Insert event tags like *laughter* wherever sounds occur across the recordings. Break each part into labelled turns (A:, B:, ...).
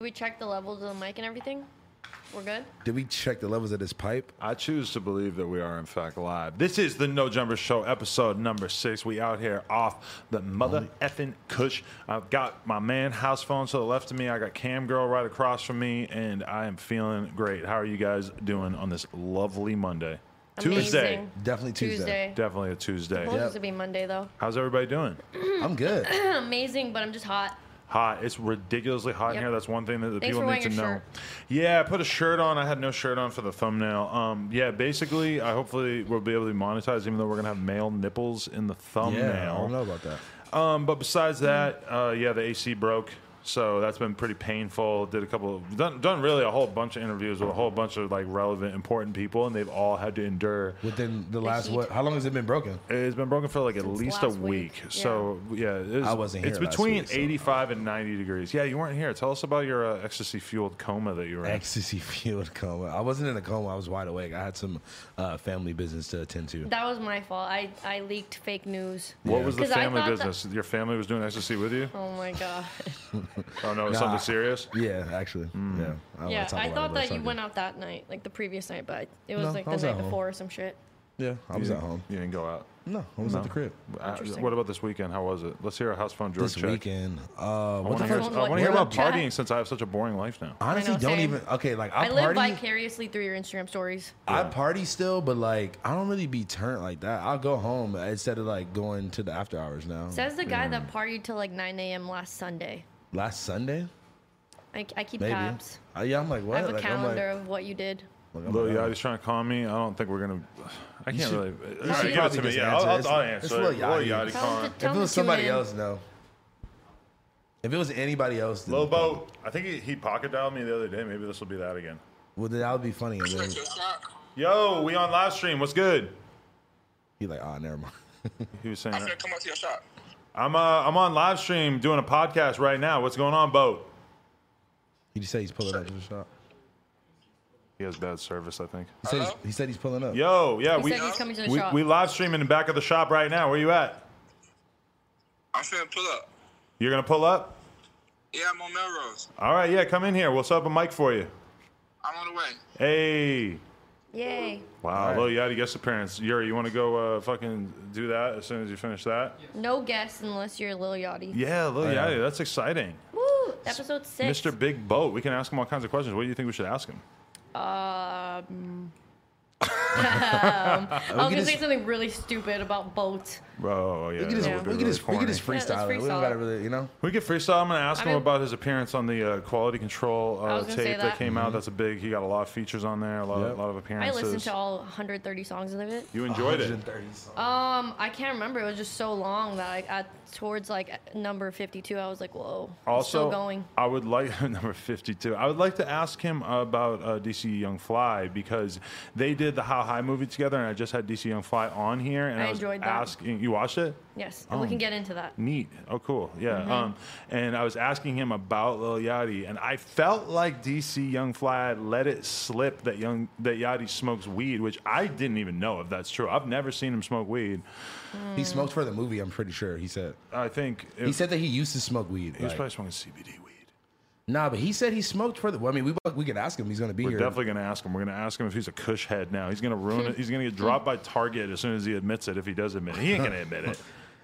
A: We checked the levels of the mic and everything. We're good.
B: Did we check the levels of this pipe?
C: I choose to believe that we are in fact live. This is the No Jumper Show, episode number six. We out here off the mother effing cush. I've got my man house phone to the left of me. I got Cam girl right across from me, and I am feeling great. How are you guys doing on this lovely Monday? Tuesday,
A: Amazing.
B: Definitely Tuesday.
A: Tuesday.
C: definitely a Tuesday.
A: Supposed to be Monday though.
C: How's everybody doing?
B: Hmm. I'm good.
A: Amazing, but I'm just hot.
C: Hot. It's ridiculously hot in
A: Yep.
C: here. That's one thing that the
A: Thanks
C: people
A: for
C: need to
A: wearing your
C: know.
A: shirt.
C: Yeah, I put a shirt on. I had no shirt on for the thumbnail. Um, yeah, basically, I hopefully will be able to monetize, even though we're gonna have male nipples in the thumbnail.
B: Yeah, I don't know about that.
C: Um, but besides that, uh, yeah, the AC broke, so that's been pretty painful. Did a couple, of, done, done really a whole bunch of interviews with a whole bunch of like relevant, important people, and they've all had to endure.
B: Within the last
A: heat.
B: what? How long has it been broken?
C: It's been broken for like at least a
A: last
C: week.
A: week,
C: So yeah, it's,
B: I wasn't here
C: It's
B: last
C: between
B: week, so-
C: eighty-five and ninety degrees. Yeah, you weren't here. Tell us about your uh, ecstasy fueled coma that you were in.
B: Ecstasy *laughs* field coma. I wasn't in a coma. I was wide awake. I had some uh, family business to attend to.
A: That was my fault. I, I leaked fake news.
C: what was the
A: 'Cause I
C: family
A: thought that-
C: business? Your family was doing ecstasy with you?
A: Oh my
B: *laughs*
A: god.
C: Oh no, it was
B: Nah.
C: something serious.
B: Yeah, actually. Yeah. I don't
A: yeah,
B: wanna talk
A: I
B: about
A: thought
B: it, but
A: that
B: it's
A: you
B: not
A: went out that night, like the previous night, but I- it was
B: No,
A: like
B: I
A: the
B: was at
A: night
B: home.
A: before or some shit.
B: good. Yeah, I was
C: You
B: at
C: didn't-
B: home.
C: You didn't go out.
B: No, I was at the crib.
C: Uh,
A: Interesting.
C: what about this weekend? How was it? Let's hear a house phone George
B: This
C: check.
B: weekend. Uh,
C: I
B: what
C: want
B: the fuck?
C: to hear, I
A: Someone's like,
C: wanna hear
A: "Where
C: about
A: the chat?"
C: partying since I have such a boring life now.
B: Honestly,
A: I know,
B: don't
A: same.
B: even. Okay, like I,
A: I live
B: party.
A: vicariously through your Instagram stories.
B: I party still, but like I don't really be turned like that. I'll go home instead of like going to the after hours now.
A: Says the guy
B: Mm.
A: that partied till like 9 a.m. last Sunday.
B: Last Sunday,
A: I, I keep
B: maybe.
A: tabs.
B: Uh, yeah, I'm like what?
A: I have a
B: like,
A: calendar
B: I'm
A: of what you did.
B: like,
C: Lil
B: like,
C: Yachty's trying to call me. I don't think we're gonna. I can't
B: should-
C: really.
B: should
C: All right, give it
B: probably
C: to me.
B: just
C: Yeah,
B: answer.
C: I'll, I'll,
B: It's-
C: I'll
B: it's
C: answer.
B: Lil
C: Lil
B: Yachty.
C: Yachty
A: Tell him
C: calling.
A: to-
B: If
A: Tell
B: it
A: him
B: was
A: to
B: somebody
A: tune in.
B: else, no. If it was anybody else, then-
C: Lobo, I think he, he pocket dialed me the other day. Maybe this will be that again.
B: well, then that would be funny. And then
C: Yo, we on live stream. What's good?
B: he like, ah, never mind. *laughs*
C: He was saying. that.
D: come out to your shop.
C: I'm uh, I'm on live stream doing a podcast right now. What's going on, Bo?
B: He just said he's pulling up to the shop.
C: He has bad service, I think.
B: He said, he's, he said he's pulling up.
C: Yo, yeah,
A: He
C: we
A: said he's coming to the
C: we,
A: shop.
C: we live streaming in the back of the shop right now. Where you at?
D: I'm finna pull up.
C: You're gonna pull up?
D: Yeah, I'm on Melrose.
C: All right, yeah, come in here. We'll set up a mic for you.
D: I'm on the way.
C: Hey.
A: Yay.
C: Wow, Lil Yachty guest appearance. Yuri, you want to go uh, fucking do that as soon as you finish that? Oh,
A: No guests unless you're Lil Yachty.
C: Yeah, Lil
B: yeah.
C: Yachty, that's exciting.
A: Woo! Episode six.
C: Mr. Big Boat, we can ask him all kinds of questions. What do you think we should ask him?
A: Um, I was gonna
B: his-
A: say something really stupid about boats.
C: Oh, yeah.
B: We could just,
C: that would be
B: we could
C: really
B: just, we could
C: corny.
B: just
A: corny. Yeah,
B: freestyle.
A: let's
B: it. We don't
A: freestyle.
B: gotta really, you know.
C: We could freestyle him and ask
A: I
C: him
A: mean-
C: about his appearance on the uh, quality control uh,
A: was
C: tape
A: gonna say
C: that.
A: that.
C: came out. That's a big. He got a lot of features on there. A lot,
B: Mm-hmm. Yep.
C: a lot of
A: I
C: appearances.
A: listened to all 130 songs of it.
C: You enjoyed it.
B: 130 songs.
A: Um, I can't remember. It was just so long that I, at towards like number 52, I was like, whoa. I'm
C: Also,
A: still going.
C: I would like *laughs* number fifty-two. I would like to ask him about uh, DC Young Fly because they did the How High movie together, and I just had DC Young Fly on here, and I,
A: I
C: was
A: enjoyed that.
C: asking. You watched it?
A: Yes, and
C: um,
A: we can get into that.
C: Neat. Oh, cool. Yeah. Um, and I was asking him about Lil Yachty, and I felt like DC Young Fly let it slip that Young that Yachty smokes weed, which I didn't even know if that's true. I've never seen him smoke weed.
A: Mm.
B: He smoked for the movie. I'm pretty sure. He said.
C: I think it,
B: He said that he used to smoke weed.
C: he was
B: like-
C: probably smoking CBD weed.
B: Nah, but he said he smoked for the. Well, I mean, we we could ask him. He's gonna be
C: We're
B: here.
C: definitely going to ask him. We're going to ask him if he's a
B: *laughs*
C: cush head now. He's going to ruin it. He's going to get dropped by Target as soon as he admits it, if he does admit it. He ain't going to admit it.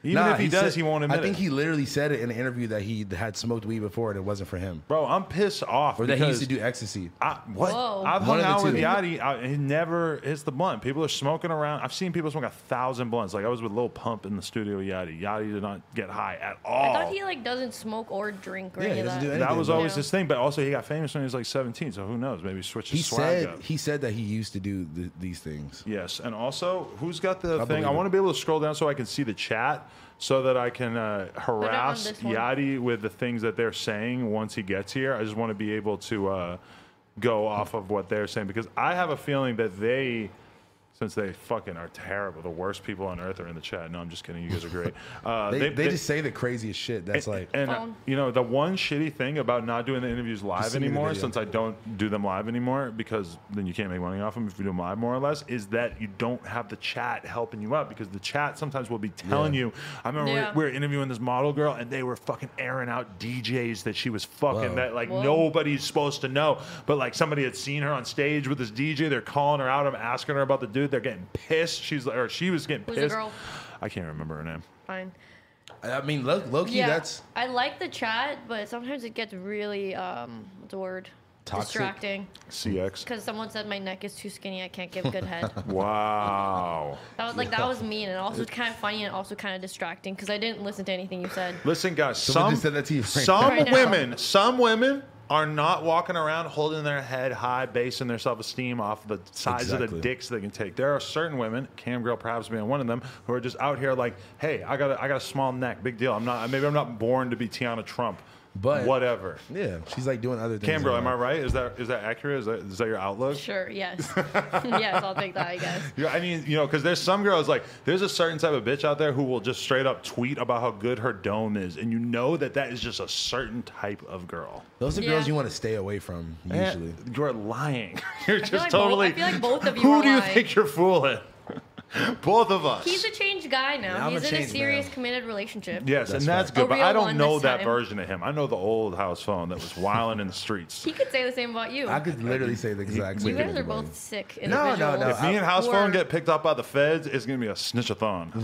C: Even if he does, he won't admit
B: I think
C: it.
B: he literally said it in an interview that he had smoked weed before and it wasn't for him,
C: Bro, I'm pissed off.
B: or that he used
C: because-
B: to do ecstasy.
C: I, what?
A: Whoa.
C: I've
B: One
C: hung
B: of the
C: out with
B: two.
C: Yachty. I, he never hits the blunt. People are smoking around. I've seen people smoke a thousand blunts. Like I was with Lil Pump in the studio with Yachty. Yachty did not get high at all.
A: I thought he like doesn't smoke or drink or
B: Yeah,
A: any
B: he
A: of
B: doesn't
A: that.
B: do anything.
C: that was
B: Yeah.
C: always his thing, but also he got famous when he was like 17, so who knows? Maybe switch his
B: He
C: swag
B: said
C: up.
B: he said that he used to do th- these things.
C: Yes, and also, who's got the thing?
B: believe
C: I
B: it.
C: want to be able to scroll down so I can see the chat, so that I can uh, harass
A: this one.
C: Yadi with the things that they're saying once he gets here. I just want to be able to uh, go off of what they're saying because I have a feeling that they, since they fucking are terrible, the worst people on earth are in the chat. No, I'm just kidding. You guys are great. Uh,
B: They, they, just say the craziest shit. That's like
C: and uh,
A: Phone.
C: you know the one shitty thing about not doing the interviews live
B: send me the
C: anymore
B: video.
C: since i don't do them live anymore because then you can't make money off them if you do them live more or less is that you don't have the chat helping you out because the chat sometimes will be telling you i remember we-
A: Yeah.
C: we, were interviewing this model girl and they were fucking airing out djs that she was fucking
B: Whoa.
C: that like
A: Whoa.
C: nobody's supposed to know but like somebody had seen her on stage with this dj they're calling her out i'm asking her about the dude they're getting pissed she's like or she was getting
A: Who's the
C: pissed
A: girl?
C: i can't remember her name
A: Fine.
B: I mean, look, Loki.
A: Yeah,
B: That's
A: I like the chat, but sometimes it gets really um, what's the word?
B: Toxic.
A: Distracting.
C: cx
A: Because someone said my neck is too skinny, I can't give good
B: *laughs*
A: head.
C: wow
A: That was like that was mean and also kind of funny and also kind of distracting because I didn't listen to anything you
B: *laughs*
A: said.
C: Listen, guys.
B: Someone
C: some
B: just said that to you right
C: some
A: now. Right now.
C: women, some women are not walking around holding their head high, basing their self-esteem off the size of the
B: Exactly.
C: dicks they can take. There are certain women, Cam Girl perhaps being one of them, who are just out here like, "Hey, I got a, I got a small neck, big deal. I'm not. Maybe I'm not born to be Tiana Trump,
B: But-
C: whatever."
B: yeah. She's like doing other things.
C: Cam Girl,
B: in
C: am I
B: life.
C: right? Is that is that accurate? Is that is that your outlook?
A: Sure, yes, *laughs* yes, I'll take that. I guess.
C: Yeah, I mean, you know, because there's some girls like there's a certain type of bitch out there who will just straight up tweet about how good her dome is, and you know that that is just a certain type of girl.
B: Those are
A: Yeah.
B: girls you want to stay away from usually.
C: Eh, You're lying. *laughs* You're just
A: feel like both-
C: totally.
A: I feel like both
C: *laughs*
A: of you
C: Who
A: are
C: do you
A: lying.
C: think you're fooling? *laughs* both of us.
A: He's a changed guy now.
B: I'm a
A: He's in a
B: changed
A: serious,
B: man.
A: committed relationship.
C: yes,
B: That's
C: and that's
B: right.
C: good,
A: A
C: but
A: real
C: I don't
A: one
C: know
A: this
C: that
A: time.
C: version of him. I know the old house phone that was wilding in the streets.
A: He could say the same about you.
B: I could literally say the exact
A: you
B: same.
A: guys
B: thing
A: are
B: about
A: both sick.
B: no,
A: Individuals.
B: no.
C: If me and house
A: Or-
C: phone get picked up by the feds, it's gonna be a
A: *laughs*
C: snitchathon.
B: you.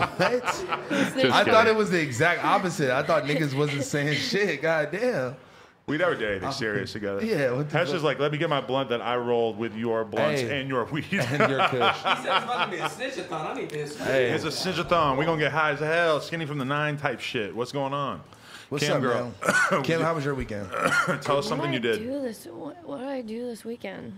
B: What?
C: Just
B: I thought
C: kidding.
B: it was the exact opposite. I thought niggas wasn't saying shit. God damn.
C: We never did anything serious together.
B: Oh, Yeah, what the
C: Hesh
B: fuck?
C: is like, let me get my blunt that I rolled with your blunts
B: Hey. *laughs*
C: and your weed.
B: And your kush.
E: He said it's about to be a snitchathon. I need this.
B: Hey,
C: *laughs* It's a cinchathon. We're gonna get high as hell, skinny from the nine type shit. What's going on? *coughs*
B: what's
C: Cam
B: up,
C: girl?
B: man? Kim, how was your weekend?
C: Tell us
A: What
C: something
A: did
C: you
A: I
C: did.
A: Do this, what, what did I do this weekend?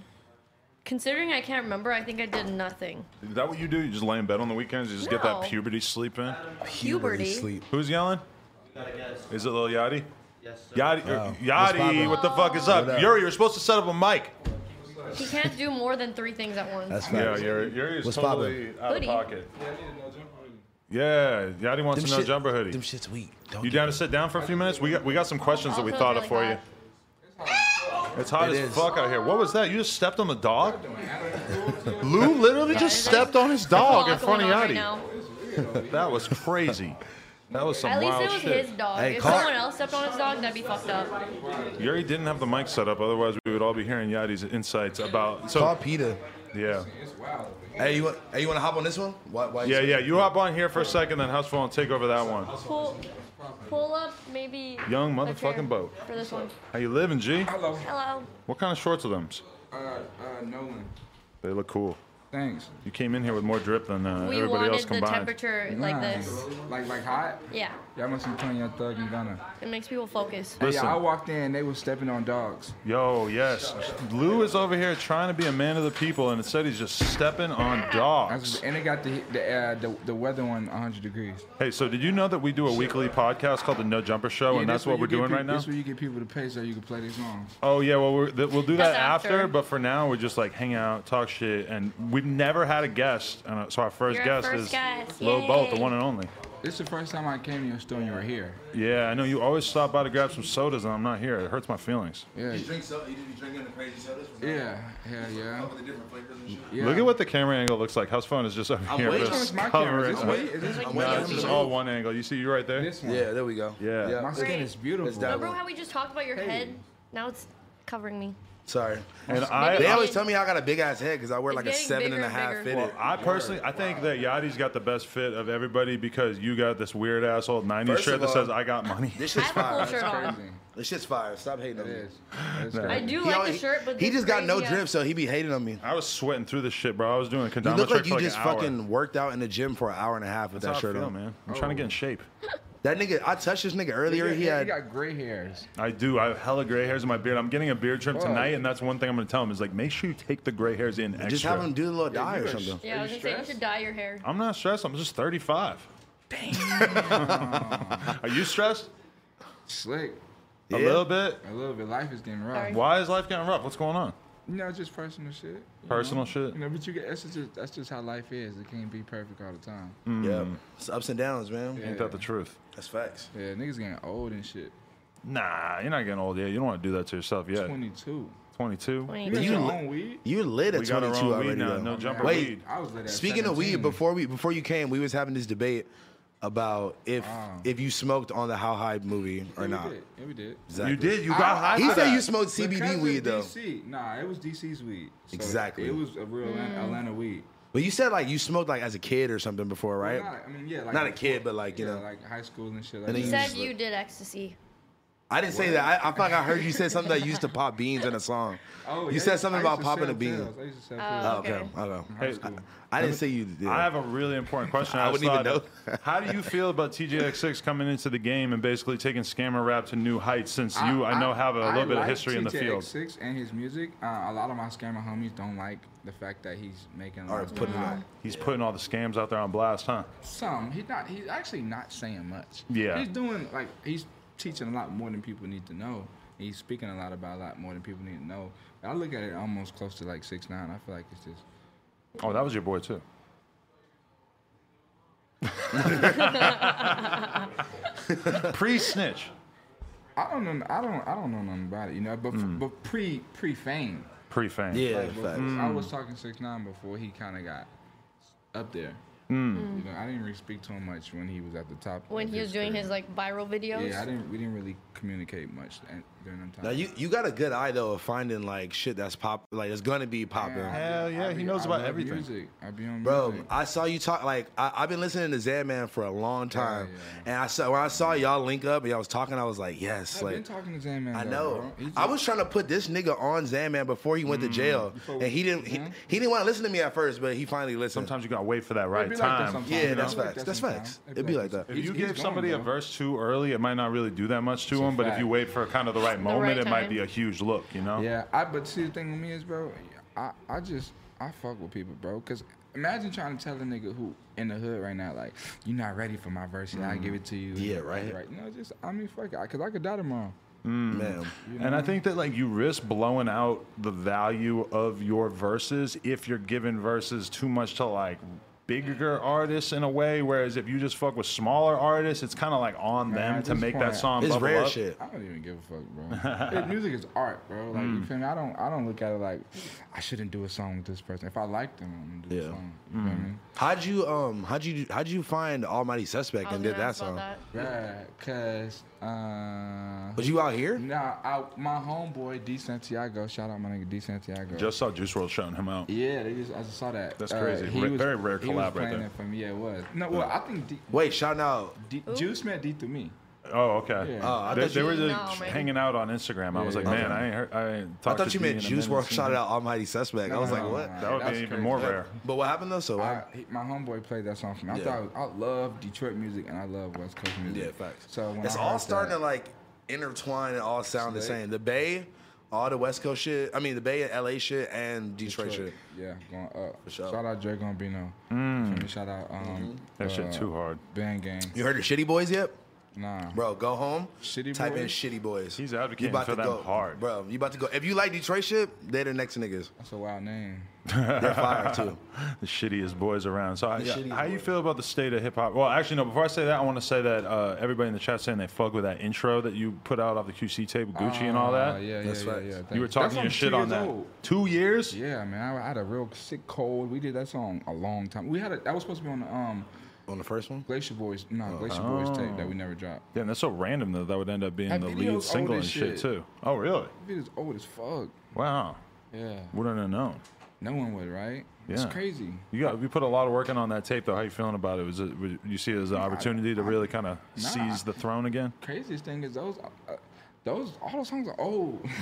A: Considering I can't remember, I think I did nothing.
C: Is that what you do? You just lay in bed on the weekends? You just get
A: No.
C: that puberty sleep in?
A: Puberty.
B: Sleep.
C: Who's yelling? Is it Lil Yachty? Yes, Yachty, er,
B: Wow. Oh. What's
C: Yachty
B: poppin'?
C: what the fuck is up?
B: What up?
C: Yuri, you're supposed to set up a mic.
A: He can't do more than three things at once.
B: That's
C: Yeah,
B: facts.
C: Yuri, Yuri is
B: What's
C: totally out
A: Hoodie.
C: of pocket. Yeah, Yachty wants
B: Them
C: to know
B: shit-
C: jumper hoodie.
B: Them shit's weak. Don't
C: You
B: get
C: down to sit down for a few minutes? We got, we got some questions that we
A: Also,
C: thought
A: it's
C: of for
A: really
C: you. It's hot
B: It
C: as
B: is.
C: fuck out here. What was that? You just stepped on the dog? Lou literally just stepped on his dog in
A: There's a lot
C: front of
A: going on right
C: Yachty.
A: now.
C: That was crazy. That was some
A: At least
C: wild
A: it was
C: shit.
A: his dog.
B: Hey,
A: if
B: Car-
A: someone else stepped on his dog, that'd be fucked up.
C: Yuri didn't have the mic set up, otherwise we would all be hearing Yadi's insights about. So
B: Call Peter.
C: yeah,
B: Hey, you want? Hey, you want to hop on this one? Why, why
C: yeah, yeah. You hop on here for a second, then House Phone will take over that one.
A: Pull, pull up, maybe.
C: Young
A: a chair
C: motherfucking boat.
A: For this one.
C: How you living, G?
A: Hello.
C: What kind of shorts are them?
F: Uh, uh, Nolan.
C: They look cool.
F: Thanks.
C: You came in here with more drip than uh,
A: We
C: everybody
A: wanted
C: else
A: the
C: combined.
A: temperature like this.
F: Like like hot?
A: Yeah,
F: Y'all must be playing your thug and gunner.
A: it makes people focus.
F: Hey,
C: Listen.
F: I walked in, they was stepping on dogs.
C: Yo, yes. Lou is over here trying to be a man of the people, and instead he's just stepping on
F: I was-
C: dogs.
F: and they got the the, uh, the the weather on 100 degrees.
C: Hey, so did you know that we do a weekly podcast called the No Jumper Show, and
F: Yeah,
C: that's
F: where
C: what
F: you
C: we're doing
F: get peop-
C: right now?
F: This where you get people to pay so you can play their songs.
C: Oh yeah, well we're, th- we'll do that
A: That's
C: after,
A: after.
C: But for now, we're just like hang out, talk shit, and we've never had a guest. And uh, so our 1st
A: You're our
C: guest
A: first
C: is
A: guest.
C: Lil Bolt, the
A: Yay.
C: one and only.
F: This is the first time I came to your store and you were here.
C: Yeah, I know you always stop by to grab some sodas, and I'm not here. It hurts my feelings.
F: Yeah,
B: drink soda? You drinking the crazy sodas?
F: yeah, hell yeah.
B: different flavors and shit.
F: yeah.
C: Look at what the camera angle looks like. House phone is just over here.
B: waiting.
F: Which
C: just
F: one's my
C: covering
F: camera? Is this
C: up.
F: me? Is this me?
C: No, this is all one angle. You see you right there.
F: This one.
B: there we go.
C: Yeah.
F: My skin is beautiful.
B: It's down.
A: Remember how we just talked about your head? Now it's covering me.
B: Sorry.
C: And I,
B: They
C: I-
B: always tell me I got a big ass head because I wear
A: It's
B: like a
A: getting
B: seven and
A: bigger
B: a
A: and
B: half
A: bigger.
B: fitted.
C: I personally, I think that Yachty's got the best fit of everybody because you got this weird asshole '90s
B: First
C: shirt
B: of
C: that
B: all-
C: says "I got money."
B: This
A: I
B: shit's
A: have a cool
B: fire.
A: shirt on.
F: Crazy.
B: This shit's fire. Stop hating on
F: It
B: me.
F: is. It's
C: No.
A: I
F: crazy.
A: do
B: He,
A: like
B: always-
A: the shirt, but
B: he
A: this
B: just got no
A: crazy ass-
B: drip, so he be hating on me.
C: *laughs* I was sweating through this shit, bro. I was doing a
B: You
C: condometer
B: look like
C: for
B: you
C: like
B: just
C: an hour.
B: fucking worked out in the gym for an hour and a half with
C: That's
B: that
C: how I
B: shirt Oh.
C: feel,
B: on.
C: man. I'm trying to get in shape.
B: That nigga, I touched this nigga
F: You
B: earlier.
F: got,
B: He
F: you
B: had
F: got gray hairs.
C: I do. I have hella gray hairs in my beard. I'm getting a beard trim
F: Whoa.
C: tonight, and that's one thing I'm going to tell him is like, make sure you take the gray hairs in extra.
B: just have him do the little dye
F: you
B: or
F: are
B: something.
A: Yeah, I
F: Are
A: was
F: you
A: gonna say you
F: stressed?
A: should dye your hair.
C: I'm not stressed. I'm just 35. Damn. *laughs* Are you stressed?
F: Slick.
C: A
B: Yeah.
C: little bit.
F: A little bit. Life is getting rough.
A: Sorry.
C: Why is life getting rough? What's going on?
F: You know, it's just personal shit. you
C: Personal
F: know?
C: shit?
F: You know, but you get that's just that's just how life is. It can't be perfect all the time.
B: Yeah, it's ups and downs, man.
C: Ain't that the truth?
B: That's facts.
F: Yeah, niggas getting old and shit.
C: Nah, you're not getting old yet. You don't want to do that to yourself yet.
F: Twenty two.
C: 22.
A: Wait.
F: You
A: But
F: got
B: you
F: your
B: li-
F: own weed.
B: You lit at
C: We got our
B: 22
C: own
B: already.
C: weed now.
B: though.
C: No jumper
B: Wait,
C: weed.
F: I was lit at
B: Speaking of weed,
F: 17.
B: before we before you came, we was having this debate about if
C: Ah.
F: Wow.
B: if you smoked on the How High movie or
F: yeah,
B: not.
F: We did. Yeah, we did.
B: Exactly.
C: You did. You
F: I-
C: got high.
B: He
C: for
B: said
C: that.
B: you smoked CBD
F: Because of
B: weed though,
F: DC. Nah, it was DC's weed. So
B: Exactly.
F: It was a real Atlanta,
B: Mm.
F: Atlanta weed.
B: but you said like you smoked like as a kid or something before, right?
F: Well, not- I mean, yeah, like
B: Not a kid, but like, you
F: yeah,
B: know.
F: like high school and shit. Like
B: And then
A: You
B: you
F: that.
A: said
B: just
A: you
B: look-
A: did ecstasy.
B: I didn't say that. I, I feel like I heard you said something that you used to pop beans in a song.
F: *laughs* Oh,
B: you
F: yeah, I
B: said something
F: used to
B: about popping
F: sell
B: a bean.
F: pills. I used to sell pills.
B: Oh, okay,
A: Okay.
B: okay.
C: Hey,
B: I, I didn't say you did.
C: I have a
B: *laughs*
C: really important question.
B: I
C: just
B: wouldn't even
C: thought
B: know.
C: of. how do you feel about TJX6 coming into the game and basically taking scammer rap to new heights? Since you, I, know, have a little
F: I
C: bit of
F: like
C: history in the field.
F: TJX6 and his music. Uh, a lot of my scammer homies don't like the fact that he's making.
B: Or
F: lots of
B: putting it
F: money.
B: on.
C: He's putting all the scams out there on blast, huh?
F: Some he's not. He's actually not saying much.
C: Yeah.
F: He's doing like he's teaching a lot more than people need to know. He's speaking a lot about a lot more than people need to know. I look at it almost close to like six nine. I feel like it's just.
C: Oh, that was your boy too.
F: *laughs*
C: Pre-snitch.
F: I don't know. I don't. I don't know nothing about it. You know. But
C: Mm.
F: but pre pre fame.
C: Pre-fame.
B: Yeah,
F: Like, bef-
B: facts.
F: I
C: Mm.
F: was talking six nine before he kind of got up there.
C: Mm.
F: You know, I didn't really speak to him much when he was at the top.
A: When
F: of
A: he was doing
F: career.
A: his like viral videos.
F: Yeah, I didn't. We didn't really communicate much at- during them times.
B: Now you you got a good eye though of finding like shit that's pop like it's gonna be popular.
C: Hell yeah, he knows
F: I
C: about
F: love
C: everything.
F: Music. I be on
B: Bro,
F: music.
B: I saw you talk like I, I've been listening to Zan Man for a long time,
F: yeah.
B: and I saw when I saw y'all link up and y'all was talking, I was like, yes,
F: I've been
B: like
F: talking to Zan Man.
B: I
F: though,
B: know.
F: bro. He
B: I
F: just- Mm,
B: was trying to put this nigga on Zan Man before he went to jail, and he didn't he,
F: hmm?
B: he didn't want to listen to me at first, but he finally listened.
C: Sometimes you gotta wait for that right
F: It'd be like that
C: time.
F: sometimes,
B: Yeah,
F: you
B: that's
F: know?
B: facts. That's
F: sometimes.
B: facts. It'd be like that.
C: If
F: He's-
C: you
F: he's
C: gave
F: gone,
C: somebody a
F: bro.
C: verse too early, it might not really do that much to them. But if
F: fact.
C: you wait for kind of the right moment,
A: right
C: it might
A: time.
C: be a huge look. You know?
F: Yeah, I but see the thing with me is, bro, I I just I fuck with people, bro, because. Imagine trying to tell a nigga who in the hood right now, like, you're not ready for my verse, and I give it to you.
B: Yeah, right.
F: Right. No, just I mean, fuck it, because I could die tomorrow.
B: Man,
C: And I think that like you risk blowing out the value of your verses if you're giving verses too much to like bigger artists in a way. Whereas if you just fuck with smaller artists, it's kind of like on
F: Man,
C: them
F: at
C: to
F: this
C: make that
F: point,
C: song.
B: it's
C: bubble
B: rare
C: up.
B: shit.
F: I don't even give a fuck,
C: *laughs*
F: bro. It- music is art, bro. Like
C: Mm.
F: you feel me? I don't I don't look at it like I shouldn't do a song with this person. If I like them, I'm gonna do
B: Yeah.
F: the song. You feel me?
B: How'd you um how'd you how'd you find Almighty Suspect
A: I was
B: and did
A: gonna
B: that
A: ask about
B: song?
A: that.
F: Yeah, cause uh
B: Was you out here?
F: now I, my homeboy D Santiago, shout out my nigga D Santiago.
C: Just saw Juice World shouting him out.
F: yeah, they just I just saw that. Uh,
C: That's crazy. Ra- very rare
F: he was
C: collab right
F: playing
C: there.
F: that for me. Yeah, it was. No, well, I think D,
B: Wait, shout out.
F: D, Juice met D through me.
C: Oh, okay.
F: Yeah. Oh,
B: I
C: they
B: thought
C: they
B: you-
C: were just
A: No, maybe.
C: hanging out on Instagram. I was like,
F: yeah.
C: man, I ain't heard. I ain't
B: I
C: talked
B: thought
C: to
B: you
C: D
B: meant
C: in a
B: Juice
C: minute,
B: World
C: seen
B: shouted
C: him.
B: out Almighty Suspect. I was
F: no,
B: like,
F: no,
B: what?
F: no.
C: That would
F: That's
C: be even
F: crazy.
C: more rare.
B: But what happened though? So
F: I, he- my homeboy played that song for me. I
B: Yeah.
F: thought I love Detroit music and I love West Coast music.
B: Yeah, facts.
F: So when
B: it's
F: I
B: all
F: heard
B: starting
F: that-
B: to like intertwine and all sound the
F: Slick.
B: same. The Bay, all the West Coast shit. I mean, the Bay and LA shit and Detroit, shit.
F: Yeah, going up.
B: sure.
F: Shout out Dre Gambino.
C: Mm.
F: Feel me? Shout out um
C: That shit
F: uh,
C: too hard.
F: Band Gang.
B: You heard the Shitty Boys yet?
F: Nah.
B: Bro, go home.
F: Shitty
B: type in
F: Boys?
B: Shitty Boys.
C: He's
B: You
C: advocating
B: about
C: for
B: to
C: them
B: go.
C: hard.
B: Bro, you about to go. If you like Detroit shit, they're the next niggas.
F: That's a wild name.
B: They're fire too.
C: *laughs* the shittiest boys around. So, I,
B: shittiest
C: how you
B: boys.
C: feel about the state of hip hop? Well, actually, no. Before I say that, I want to say that uh, everybody in the chat saying they fuck with that intro that you put out off the QC tape, Gucci and all
F: Uh,
C: that.
F: yeah,
B: That's
F: yeah, yeah,
B: facts.
F: yeah.
C: You were
F: Thanks.
C: talking
F: That
C: your
F: song's
C: shit
F: two
C: on
F: years
C: that.
F: old.
C: Two years?
F: Yeah, man. I, I had a real sick cold. We did that song a long time. We had a, that was supposed to be on the um
B: on the first one?
F: Glacier Boys, no, Glacier Boys tape that we never dropped.
C: Yeah, and that's so random that that would end up being
F: That
C: the
F: video's
C: lead
F: old
C: single and
F: as
C: shit
F: shit.
C: too. Oh, really?
F: That video's old as fuck.
C: Wow.
F: Yeah.
C: Wouldn't have known.
F: No one would, right?
C: Yeah.
F: It's crazy.
C: You got you put a lot of work in on that tape though. How you feeling about it? Was it was- you see it as an opportunity to really kind of seize the throne again?
F: Craziest thing is those, uh, those all those songs are old. *laughs*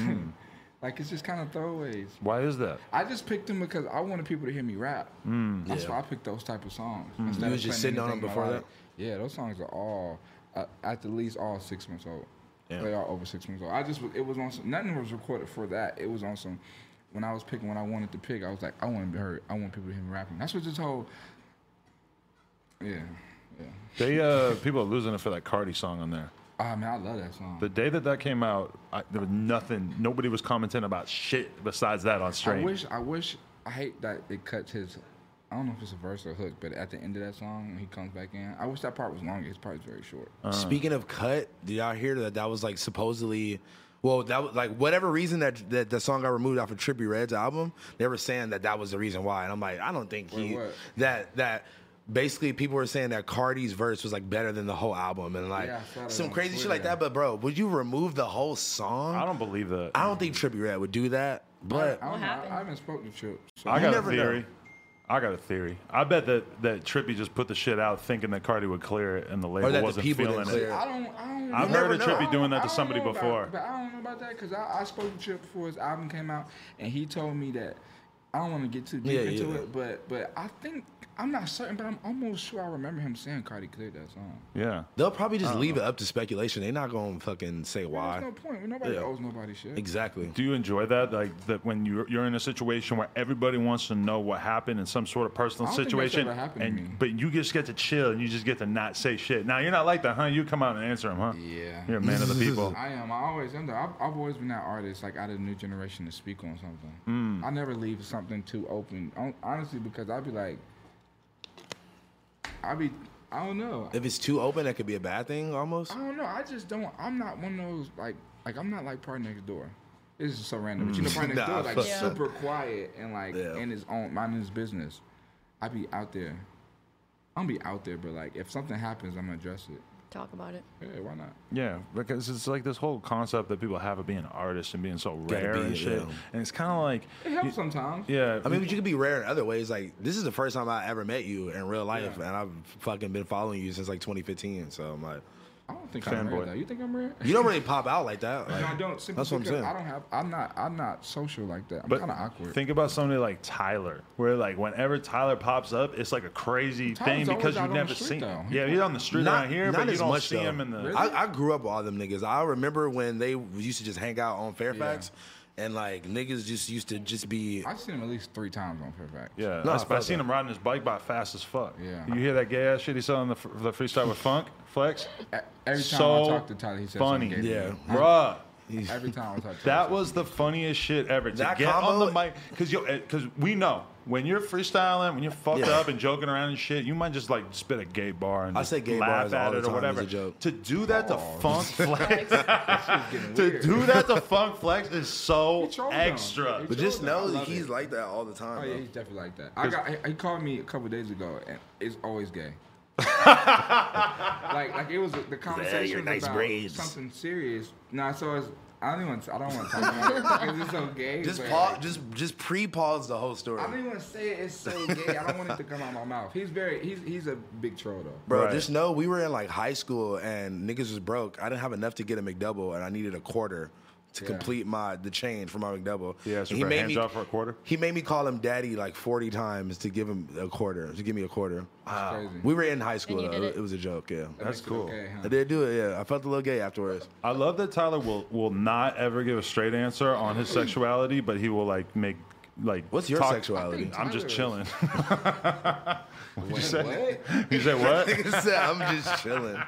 F: like it's just kind of throwaways.
C: Why is that?
F: I just picked them because I wanted people to hear me rap. That's
B: Mm. Yeah. Mm.
F: why I picked those type of songs.
B: You
F: Instead
B: was
F: of
B: just
F: playing
B: sitting on
F: anything
B: them before
F: melodic.
B: that?
F: Yeah, those songs are all uh, at the least all six months old.
B: Yeah.
F: They are over six months old. I just it was on some, nothing was recorded for that. It was on some when I was picking what I wanted to pick. I was like, I want to be heard. I want people to hear me rapping. That's what this whole yeah yeah.
C: They uh, people are losing it for that Cardi song on there.
F: Ah man, I love that song.
C: The day that that came out, I, there was nothing. Nobody was commenting about shit besides that on
F: I
C: stream.
F: wish I wish I hate that it cuts his. I don't know if it's a verse or hook, but at the end of that song when he comes back in, I wish that part was longer. His part is very short.
B: Speaking of cut, did y'all hear that? That was like supposedly, well, that was like whatever reason that that the song got removed off of Trippy Red's album. They were saying that that was the reason why, and I'm like, I don't think he
F: what?
B: that that. Basically, people were saying that Cardi's verse was like better than the whole album, and like
F: Yeah, I saw that
B: some
F: on
B: crazy shit like
F: Twitter.
B: that. But bro, would you remove the whole song?
C: I don't believe that.
B: I don't think Trippy Red would do that. But
F: I don't know.
A: happened?
F: I, I haven't spoken to Chip. So
C: I
B: You
C: got a
B: never know.
C: theory. I got a theory. I bet that that Trippy just put the shit out thinking that Cardi would clear it, and the label
B: that the
C: wasn't
B: people
C: feeling
B: didn't
C: it.
B: clear it.
F: I don't. I don't
C: I've
F: know.
B: never
C: heard of
B: know.
C: Trippy doing
F: I
C: that to
F: don't
C: somebody
F: know about-
C: before.
F: but I don't know about that because I, I spoke to Chip before his album came out, and he told me that I don't want to get too deep
B: Yeah,
F: into
B: yeah.
F: it, but but I think I'm not certain, but I'm almost sure I remember him saying Cardi cleared that song.
C: yeah.
B: they'll probably just leave it up to speculation. They're not gonna fucking say
F: There's
B: why.
F: no point. Nobody
B: Yeah.
F: owes nobody shit.
B: Exactly.
C: Do you enjoy that? Like that when you're you're in a situation where everybody wants to know what happened in some sort of personal
F: I don't think that's
C: situation,
F: ever happened to me.
C: and but you just get to chill and you just get to not say shit. Now you're not like that, huh? You come out and answer them, huh?
F: Yeah.
C: You're a man of the
B: *laughs*
C: people.
F: I am. I always am. though. I've, I've always been that artist, like out of the new generation, to speak on something.
B: Mm.
F: I never leave something too open, hon- honestly, because I'd be like, i be, I don't know.
B: If it's too open, that could be a bad thing almost.
F: I don't know. I just don't. I'm not one of those like like I'm not like part next door. This is so random. But you know, part next
B: Mm. *laughs* Nah,
F: door like
B: fuck
A: Yeah.
F: super quiet and like
B: Yeah.
F: in his own minding his business. I be out there. I'm be out there, but like if something happens, I'm gonna address it.
A: Talk about it.
F: Yeah, why not?
C: Yeah, because it's like this whole concept that people have of being artists and being so rare
B: be,
C: and shit,
B: yeah.
C: and it's kind of like,
F: It helps sometimes.
C: yeah.
B: I mean, but you could be rare in other ways. Like this is the first time I ever met you in real life, and I've fucking been following you since like 2015. So I'm like,
F: I don't think I'm
C: Fanboy.
F: rare. Though. You think
B: *laughs*
F: I'm rare?
B: you don't really pop out like that.
F: No,
B: Like,
F: I don't. Simply
B: That's what I'm
F: because
B: saying.
F: I don't have. I'm not. I'm not social like that. I'm
C: but
F: kind of awkward.
C: think about somebody like Tyler, where like whenever Tyler pops up, it's like a crazy
F: Tyler's
C: thing because
F: always
C: you
F: out on
C: never
F: the street,
C: seen.
F: though.
C: Yeah, he's on the street
B: Not-
C: around here,
B: not
C: but you
B: as
C: don't
B: much,
C: see
B: though.
C: him in the.
B: I, I grew up with all them niggas. I remember when they used to just hang out on Fairfax, and like niggas just used to just be.
F: I've seen him at least three times on Fairfax.
C: Yeah,
B: No,
C: I,
B: I
C: I
B: felt
C: seen
B: that.
C: him riding his bike by fast as fuck.
F: Yeah.
C: you hear that gay ass shit he said on the, f- the freestyle with Funk Flex.
F: E-, Every time
C: so
F: I talk to Tyler, he says
C: funny.
F: something gay to
B: Yeah.
F: me.
C: Bruh,
F: Every time I talk to Tyler,
C: *laughs* that
F: he
C: was the funniest shit ever. To
B: That
C: get on
B: combo-
C: the mic, because you because we know when you're freestyling, when you're fucked
B: Yeah.
C: up and joking around and shit, you might just like spit a gay bar and
B: I
C: just
B: say gay
C: laugh
B: bars all
C: at
B: the
C: it
B: time as
C: or whatever.
B: a joke.
C: To do that to
B: *laughs*
C: Funk Flex, to do that to Funk Flex is so
F: He trolled him.
C: extra.
F: He
B: But just
F: told them, I
B: know that
F: love
B: he's
F: it.
B: like that all the time.
F: Oh
B: bro.
F: yeah, he's definitely like that. I got. He, he called me a couple days ago, and it's always gay. like, like it was the conversation
B: your
F: was
B: nice
F: about
B: braids.
F: something serious. Nah, so it's. I don't even. I don't want to talk about it because it's so gay.
B: Just
F: but-
B: pause. Just just pre-pause the whole story.
F: I don't even want to say it. It's so gay. I don't want it to come out my mouth. He's very. He's he's a big troll though.
B: Bro,
C: Right.
B: just know we were in like high school and niggas was broke. I didn't have enough to get a McDouble and I needed a quarter to
F: Yeah.
B: complete my the change for my McDouble.
C: He asked you
B: And
C: for a hand job for a quarter?
B: He made me call him daddy like forty times to give him a quarter to give me a quarter.
F: It's crazy.
B: We were in high school
A: you
B: though.
A: did
B: It.
A: it?
B: was a joke, yeah.
F: That
C: That's
F: makes it
C: cool.
F: okay, huh?
B: I did do it. Yeah, I felt a little gay afterwards.
C: I love that Tyler will will not ever give a straight answer on his sexuality, but he will like make like.
B: What's your
C: talk-
B: sexuality?
C: *laughs*
B: *laughs*
C: I'm just
F: Tyler
C: chilling. What'd you say?
F: What?
C: You say what?
B: Nigga said, I'm just chilling.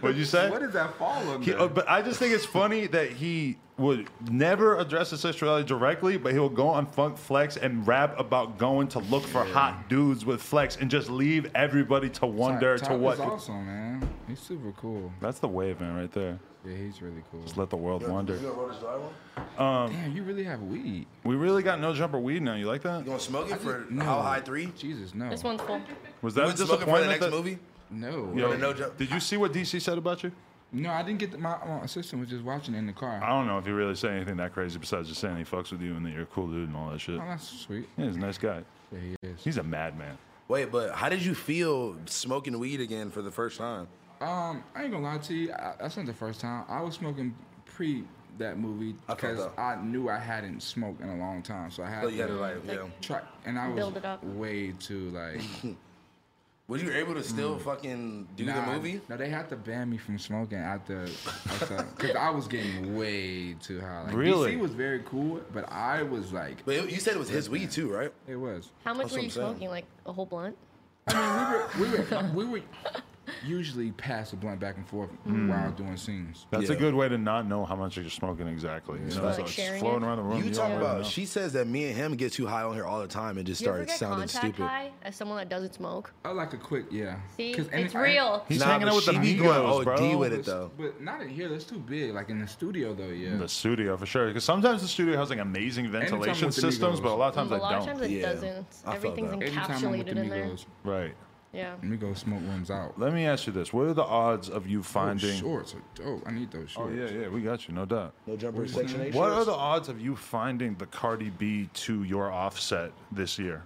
C: What'd you say?
F: What is that fall under?
C: He, uh, but I just think it's funny that he would never address his sexuality directly, but he'll go on Funk Flex and rap about going to look for hot dudes with Flex and just leave everybody to wonder
F: Ty-
C: to
F: Ty
C: what.
F: Is awesome, man. He's super cool.
C: That's the wave, man, right there.
F: Yeah, he's really cool.
C: Just let the world wonder.
F: Damn, you really have weed.
C: We really got no jumper weed now. You like that?
B: You want to smoke it for
F: No.
B: How High 3?
F: Jesus, no.
A: This one's full.
C: Was
B: You
C: that a
B: wouldn't smoke it for the
C: disappointment?
B: next
C: that-
B: movie?
F: No.
C: Yo,
B: a no jump-
C: did you see what DC said about you?
F: No, I didn't get the, my, my assistant was just watching it in the car.
C: I don't know if he really said anything that crazy besides just saying he fucks with you and that you're a cool dude and all that shit.
F: Oh, that's sweet.
C: Yeah, he's a nice guy.
F: Yeah, he is.
C: He's a madman.
B: Wait, but how did you feel smoking weed again for the first time?
F: Um, I ain't gonna lie to you. I, that's not the first time. I was smoking pre that movie
B: I felt
F: because
B: that.
F: I knew I hadn't smoked in a long time, so I had
B: So you had
F: to
B: to like, yeah.
F: try. And I was
A: Build it up.
F: way
B: *laughs*
F: too like.
B: Were you able to still
C: Mm.
B: fucking do
F: nah,
B: the movie?
F: No, they had to ban me from smoking after because I was getting way too high. Like,
C: Really?
F: DC was very cool, but I was like,
B: But it- you said it was his weed too, right?
F: it was.
A: How much
B: That's
A: were
B: what
A: you
B: I'm saying.
A: smoking? Like a whole blunt?
F: We were we were usually pass the blunt back and forth
C: Hmm.
F: while doing scenes.
C: That's a
B: Yeah.
C: good way to not know how much you're smoking exactly. You know,
A: Like
C: so it's
A: sharing
C: floating
A: it?
C: around the room.
B: You
C: don't
B: talking
C: really
B: about?
C: know.
B: She says that me and him get too high on here all the time and just
A: Do you ever
B: started
A: get
B: sounding
A: contact
B: stupid.
A: high as someone that doesn't smoke?
F: I like a quick yeah.
A: See,
F: 'Cause- and
A: it's
F: if I-
A: real.
C: He's
B: Nah,
C: hanging
B: but
C: out with the
B: she be going
C: Migos,
B: OD
C: bro.
B: with it
F: But-
B: though.
F: But not in here. That's too big. Like in the studio, though. Yeah.
C: The studio for sure, because sometimes the studio has like amazing
F: I'm
C: ventilation
F: with the
C: systems,
F: Migos.
C: but a lot of times
A: a
C: they
A: lot
C: don't.
A: of times it
B: Yeah,
A: doesn't.
B: I felt
A: Everything's
B: that. Mm.
F: Every time I'm with the
A: encapsulated in there.
F: Migos,
C: right.
A: Yeah.
F: Migos smoke rooms out.
C: Let me ask you this: What are the odds of you
F: Oh,
C: finding?
F: shorts are dope. I need those
C: Oh
F: shorts.
C: yeah, yeah, we got you, no doubt.
B: No jumper section eight.
C: What are the odds of you finding the Cardi B to your offset this year?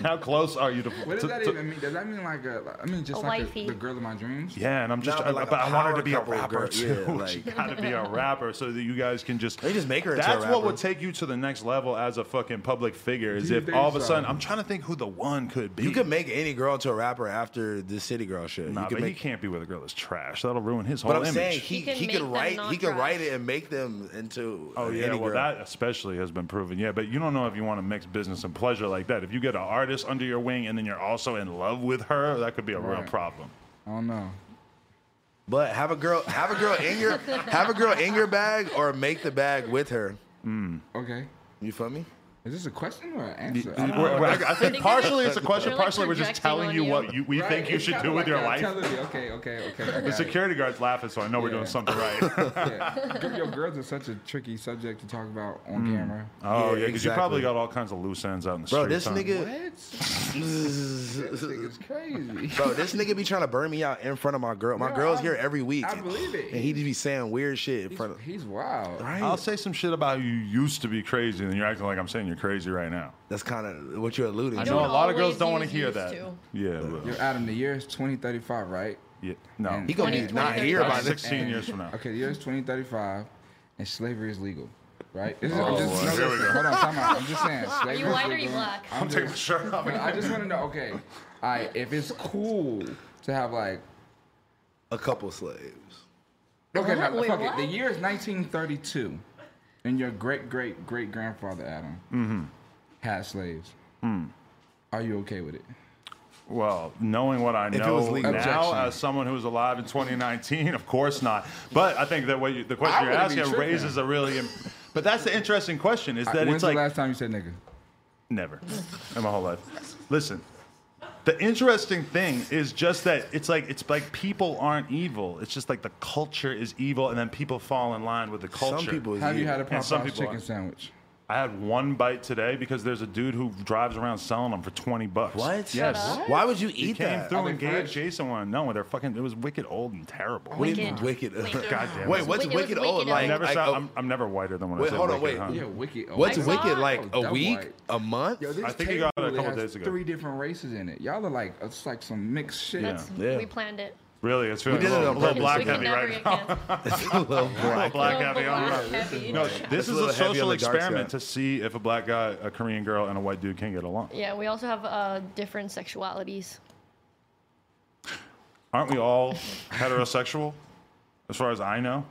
C: How close are you to?
F: What does
C: to-
F: that
C: to-
F: even mean? Does that mean like a? like- I mean, just
A: A
F: like
A: wifey.
F: the girl of my dreams.
C: Yeah, and I'm just,
B: Nah,
C: I,
B: but like
C: but
B: a
C: I want her
B: power
C: to be a
B: couple
C: rapper
B: girl,
C: too. *laughs*
B: yeah,
C: she
B: like-
C: gotta
B: *laughs*
C: be a rapper so that you guys can just.
B: They just make her into a
C: That's what
B: rapper.
C: would take you to the next level as a fucking public figure. Is
F: Do you
C: if
F: think
C: all of a
F: so?
C: sudden I'm trying to think who the one could be.
B: You could make any girl into a rapper after the city girl shit.
C: Nah,
B: you could
C: but
B: make.
C: he can't be with a girl that's trash. That'll ruin his whole
B: but I'm
C: image.
B: saying he
A: He can
B: he
A: make
B: could
A: them
B: write
A: not
B: he could write
A: trash.
B: it and make them into.
C: Oh
B: an
C: yeah,
B: any
C: well
B: girl.
C: that especially has been proven. Yeah, but you don't know if you want to mix business and pleasure like that. If you get an artist under your wing and then you're also in love with her, that could be a real
F: Right.
C: problem.
F: I don't know.
B: But have a girl have a girl in your have a girl in your bag or make the bag with her.
F: Okay.
B: You feel me?
F: Is this a question or an answer? Uh, I
C: We're-
F: don't know.
C: we're- I
A: think
C: think
A: they're
C: partially
A: just-
C: it's a question.
A: they're, like,
C: Partially we're just
A: projecting
C: telling
A: on
C: you
A: you.
C: what you, we
F: Right,
C: think you
F: it's
C: should
F: kinda
C: do with
F: like
C: your
F: a
C: life.
F: utility. Okay, okay,
C: *laughs*
F: okay. I
C: The
F: got it.
C: security guard's laughing, so I know we're
F: Yeah.
C: doing something right. *laughs*
F: Yeah. Girl- Yo, girls are such a tricky subject to talk about on camera.
C: oh yeah, because you probably
B: exactly.
C: got all kinds of loose ends out in the
B: Bro,
C: street.
B: this
C: huh?
B: nigga
F: What? It's crazy.
C: *laughs*
B: Bro, this nigga be trying to burn me out in front of my girl. My
F: No,
B: girl's
F: I-
B: here every week.
F: I believe it.
B: And he just be saying weird shit in
F: He's,
B: front of
F: he's wild.
B: Right?
C: I'll say some shit about you used to be crazy, and then you're acting like I'm saying you're crazy right now.
B: That's kind of what you're alluding
C: I
B: to.
C: know a lot of girls
A: always
C: don't want to
A: use
C: hear
A: used
C: that.
A: to.
C: Yeah, but,
F: You're Adam. The year is 2035, right?
C: yeah, no.
B: He gonna be
A: 20,
B: not
A: 20,
B: here by
C: That's
B: this.
C: 16 years from now.
F: Okay, the year is 2035, and slavery is legal, right? This is, I'm
B: Oh,
F: just,
B: boy.
F: no, listen, hold on, time out. I'm just
C: *laughs*
F: saying.
A: Are
F: Slavery
A: you
F: is
A: white or you
F: legal.
A: black?
C: I'm *laughs* taking my shirt off.
F: But I just want to know.
C: *laughs*
F: Okay, all right, if it's cool to have like.
B: A couple slaves.
F: Okay,
A: What?
F: now,
A: Wait,
F: fuck it.
A: what?
F: The year is 1932, and your great great great grandfather Adam
C: Mm-hmm.
F: had slaves.
C: Mm.
F: Are you okay with it?
C: Well, knowing what I
B: it
C: know
B: was legal.
C: now,
B: Objection.
C: as someone who was alive in 2019, of course not. But I think that what you, the question
F: I
C: you're
F: wouldn't be
C: asking
F: tripping.
C: raises a really. im- But that's the interesting question: is that
F: When's
C: it's
F: the
C: like
F: last time you said nigga?
C: Never in my whole life. Listen, the interesting thing is just that it's like it's like people aren't evil. It's just like the culture is evil, and then people fall in line with the culture.
B: Some people is
F: Have you
B: evil.
F: had a
C: And some
F: Popeye's
C: people
F: chicken
C: are.
F: sandwich?
C: I had one bite today because there's a dude who drives around selling them for 20 bucks.
B: What?
C: Yes.
B: Why would you
C: He
B: eat
C: came
B: that?
C: through
F: they
C: and gave
F: fresh?
C: Jason one. No, they're fucking. It was wicked old and terrible.
B: What do you mean
A: Wicked.
B: wicked? *laughs*
A: Wicked.
C: God damn it.
B: Wait, what's
A: Wicked was
B: wicked old?
A: wicked
B: Like,
A: old.
C: never
B: like,
C: sound,
B: a-
C: I'm, I'm never whiter than when I
B: Wait,
C: said
B: hold on,
C: wicked,
B: wait.
C: huh?
F: Yeah, wicked.
B: what's
A: I saw
B: wicked?
A: it.
B: Like
F: Oh,
B: a
F: that
B: week,
F: white.
B: a month?
F: Yo, this
C: I think you
F: cake
C: got it a
F: literally
C: couple
F: has
C: days ago.
F: Three different races in it. Y'all are like it's like some mixed shit.
A: That's,
B: Yeah.
A: We planned it.
C: Really, it's feeling
B: did
C: a
B: it
C: little,
B: on
C: little
B: purpose.
C: black
A: we can
C: heavy
A: never
C: *laughs* right
A: get
C: now.
A: canceled.
B: *laughs* It's a little
C: Little
B: black.
C: black
A: Little
C: heavy on
A: black
C: the
A: heavy.
C: No, this
B: It's a
C: is a
B: little heavy on
C: social
B: the dark
C: experiment
B: side.
C: to see if a black guy, a Korean girl, and a white dude can get along.
A: Yeah, we also have uh, different sexualities.
C: Aren't we all heterosexual? As far as I know,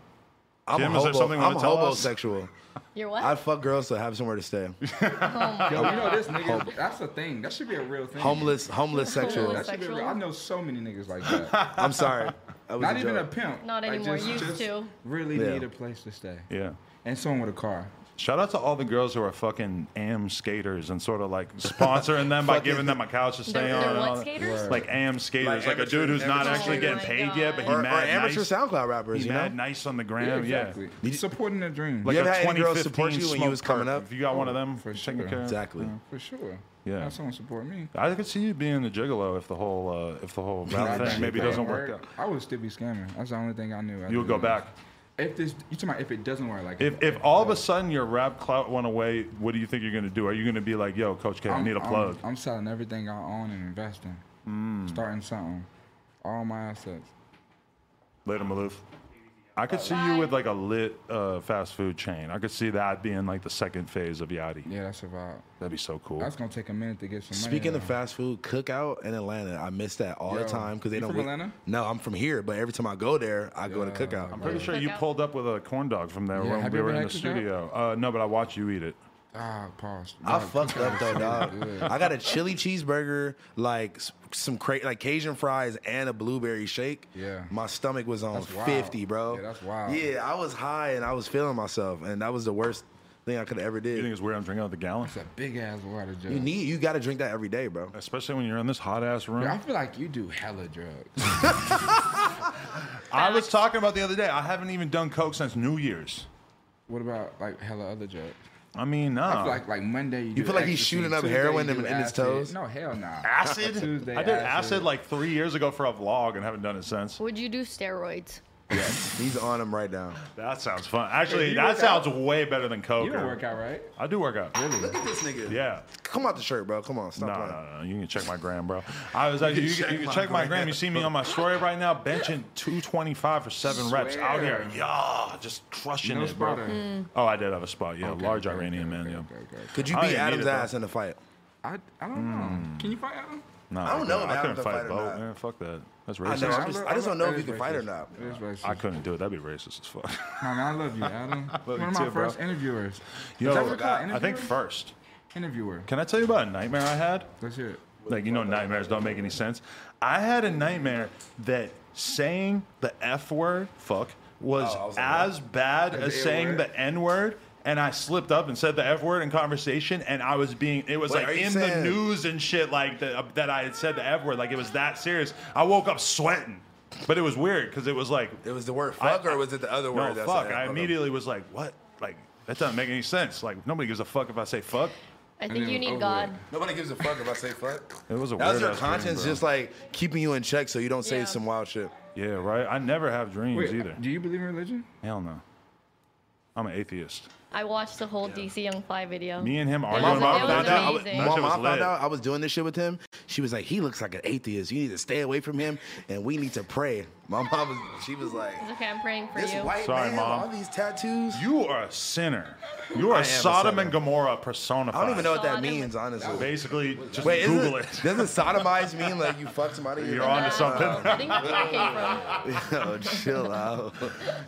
B: I'm a
C: Jim,
B: hobo.
C: is there something you
B: I'm
C: want
B: a
C: to tell us?
B: hobosexual.
A: You're what?
B: I fuck girls to have somewhere to stay.
F: Yo, you know this nigga. That's a thing. That should be a real thing.
B: Homeless,
F: *laughs*
B: homeless sexual.
F: That should be real. I know so many
C: *laughs*
F: niggas like that.
B: I'm sorry. That was
F: Not
B: a
F: even a
B: joke.
F: pimp.
A: Not
F: Like,
A: anymore.
F: just-
A: Used
F: just
A: to.
F: Really
B: Yeah.
F: need a place to stay.
C: Yeah.
F: And someone with a car.
C: Shout out to all the girls who are fucking am skaters and sort of like sponsoring them by
B: Fucking-
C: giving them a couch to stay
A: They're-
C: on.
A: they're
C: and
A: what
C: all that.
A: skaters?
C: Like am skaters,
B: Like
C: like, a dude
B: amateur-
C: who's not
B: amateur
C: actually
A: skaters.
C: getting
A: Oh my
C: paid yet, but he
A: God.
B: Or, or
C: mad
B: amateur
C: nice.
B: SoundCloud rappers,
C: He's
B: you know?
C: mad nice on the gram. Yeah,
F: exactly. Supporting the dream.
C: Like
B: You ever
C: a
B: had any
C: 2015
B: girls support you when you
C: smoke
B: was coming
C: perp.
B: up?
C: If you got one of them,
F: for
C: for
F: sure.
C: care.
B: Exactly.
F: For sure.
C: Yeah.
F: Have someone support me.
C: I could see you being a gigolo if the whole uh, if the whole
F: *laughs*
C: rap
F: Like,
C: thing maybe
F: if it
C: doesn't
F: didn't
C: work
F: work,
C: out.
F: I would still be scamming. That's the only thing I knew.
C: You would go back.
F: If this, you talking about if it doesn't work? Like
C: If, if all of a sudden your rap clout went away, what do you think you're gonna do? Are you gonna be like, "Yo, Coach K, I
F: I'm-
C: need a
F: I'm-
C: plug"? Mm.
F: I'm, selling everything I own and investing, starting something, all my assets.
C: Later, Maloof. I could see you with like a lit uh, fast food chain. I could see that being like the second phase of Yachty.
F: Yeah, that's about.
C: That'd be so cool.
F: That's gonna take a minute to get some.
B: Speaking
F: money
B: of fast food, cookout in Atlanta, I miss that all
F: Yo,
B: the time because they
F: you
B: don't.
F: from
B: wait-
F: Atlanta?
B: No, I'm from here, but every time I go there, I go to
F: Yeah,
B: cookout.
C: I'm pretty sure you
A: Cookout.
C: pulled up with a corn dog from there
F: Yeah,
C: when
F: have
C: we
F: you
C: were
F: ever
C: in the
F: had cookout?
C: studio. Uh, no, but I watched you eat it.
F: ah, pause.
B: I
F: Dog,
B: fucked up though, dog.
F: good.
B: I got a chili cheeseburger, like s- some cra- like Cajun fries and a blueberry shake.
F: Yeah.
B: my stomach was on
F: That's wild.
B: fifty, bro.
F: Yeah, that's wild.
B: Yeah, I was high and I was feeling myself, and that was the worst thing I could ever
C: You
B: did.
C: think
B: You,
C: it's weird I'm drinking out of the gallon?
F: It's a big ass water jug.
B: need, you got to drink that every day, bro.
C: Especially when you're in this hot ass room.
F: Bro, I feel like you do hella drugs.
B: *laughs*
C: I was talking about the other day. I haven't even done coke since New Year's.
F: what about like hella other drugs?
C: I mean, nah.
F: I feel like like Monday you. do
B: feel like he's
F: ecstasy,
B: shooting up
F: Tuesday
B: heroin
F: you
B: in-
F: do
B: in his
F: acid.
B: toes?
F: No hell nah.
C: acid.
F: *laughs* Tuesday
C: I did acid.
F: acid.
C: like three years ago for a vlog and haven't done it since.
A: Would you do steroids?
B: He's on him right now.
C: That sounds fun. Actually,
F: you
C: that
F: work out-
C: sounds way better than coke.
F: You don't work out right?
C: I do work out.
B: Look at this nigga.
C: Yeah.
B: Come out the shirt, bro. Come on, stop
C: No,
B: playing.
C: no, no. You can check my gram, bro. I was actually, you, can- you can check my gram. You see me on my story right now, benching 225 for seven reps out here. Yeah, just crushing
F: No
C: it, bro.
F: spotter.
C: Oh, I did have a spot. Yeah,
F: Okay,
C: large
F: okay,
C: Iranian
F: okay,
C: man.
F: okay,
C: yeah.
F: okay, okay.
B: Could you
C: I
B: beat
C: didn't need
B: Adam's
C: it, bro.
B: ass in a fight?
F: I, I don't
C: Hmm.
F: know. Can you fight Adam?
C: No,
B: I don't know if
C: I
B: Adam's
C: couldn't
B: a
C: fight
B: fighter or
C: both.
B: not.
C: Man, fuck that. That's
B: I know.
C: racist.
B: I just, I just don't know if
F: It
B: you
F: is
B: can fight or
F: racist.
B: not.
F: It is racist.
C: I couldn't do it. That'd be racist as fuck.
F: No, man,
C: *laughs*
F: I love you, Adam. One
C: you
F: of my
C: too, bro.
F: first interviewers.
C: Yo,
F: that what it's called?
C: I think
F: Interviewer?
C: first.
F: Interviewer.
C: Can I tell you about a nightmare I had?
F: Let's hear it.
C: Like, you know, nightmares don't make any sense. I had a nightmare that saying the F word, fuck, was,
B: Oh, I was like,
C: as bad as,
F: the
C: saying
F: N-word?
C: the N word. And I slipped up and said the F word in conversation, and I was being, it was
B: Wait, are
C: like
B: you
C: in
B: saying-
C: the news and shit, like the, that I had said the F word. Like, it was that serious. I woke up sweating. But it was weird because it was like,
B: It was the word fuck,
C: I-
B: or was it the other
C: no,
B: word?
C: fuck.
B: like,
C: I
B: hold up.
C: immediately was like, what? Like, that doesn't make any sense. Like, nobody gives a fuck if I say fuck.
A: I think
F: then
A: you
F: over
A: need
F: with.
A: God.
B: Nobody gives a fuck if I say fuck.
C: It was a
B: That was
C: weird
B: your
C: ass dream,
B: conscience
C: bro.
B: just like keeping you in check so you don't say
A: Yeah.
B: some wild shit.
C: Yeah, right. I never have dreams
F: Wait,
C: either.
F: do you believe in religion?
C: Hell no. I'm an atheist.
A: I watched the whole DC Young Fly video.
C: Me and him
A: was-
C: arguing
A: it
C: about
A: was
C: that.
B: I was-
C: That
A: amazing.
C: shit
B: Mom, I
C: was
B: found
C: lit.
B: out I was doing this shit with him. She was like, he looks like an atheist. You need to stay away from him and we need to pray. My mom was she was like,
A: It's okay, I'm praying for
B: This
A: you.
B: white
C: Sorry,
B: man
C: Mom.
B: with all these tattoos.
C: You are a sinner. You are
B: am a
C: Sodom
B: sinner.
C: and Gomorrah personified.
B: I don't even know what that
A: Sodom.
B: means, honestly.
C: *laughs* Basically, just
B: Wait, isn't
C: Google
B: it,
C: it. *laughs*
B: doesn't sodomize mean like you fuck somebody?
C: You're onto something.
A: Uh, I think that's where it came
C: *laughs*
A: from.
B: Yo,
A: *laughs*
B: chill out.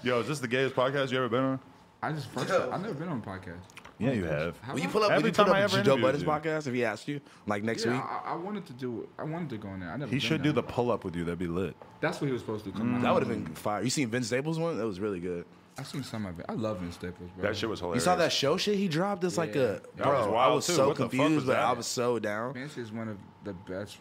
C: Yo, is this the gayest podcast you ever been on?
F: I just first.
B: No.
F: I've never been on a podcast.
C: Yeah, you have.
B: Will you pull up? Will
C: Every
B: you put
C: time I
B: up
C: ever
B: Joe
C: interviewed
B: Budden's
C: you.
B: podcast if he asked you like next
F: Yeah,
B: week?
F: I, I wanted to do. I wanted to go in there. I never.
C: He
F: been
C: should
F: there.
C: do the Hmm. pull up with you. That'd be lit.
F: That's what he was supposed to come. out.
B: That would have been fire. You seen Vince Staples one? That was really good.
F: I've seen some of it. I love Vince Staples, bro.
C: That shit was
B: You
C: hilarious.
B: saw that show shit he dropped? It's like a
C: That
B: bro.
C: was
B: I
C: wild,
B: was
C: too.
B: so
C: What the fuck
B: confused,
C: was
B: but
C: that?
B: I was so down.
F: Vince is one of the best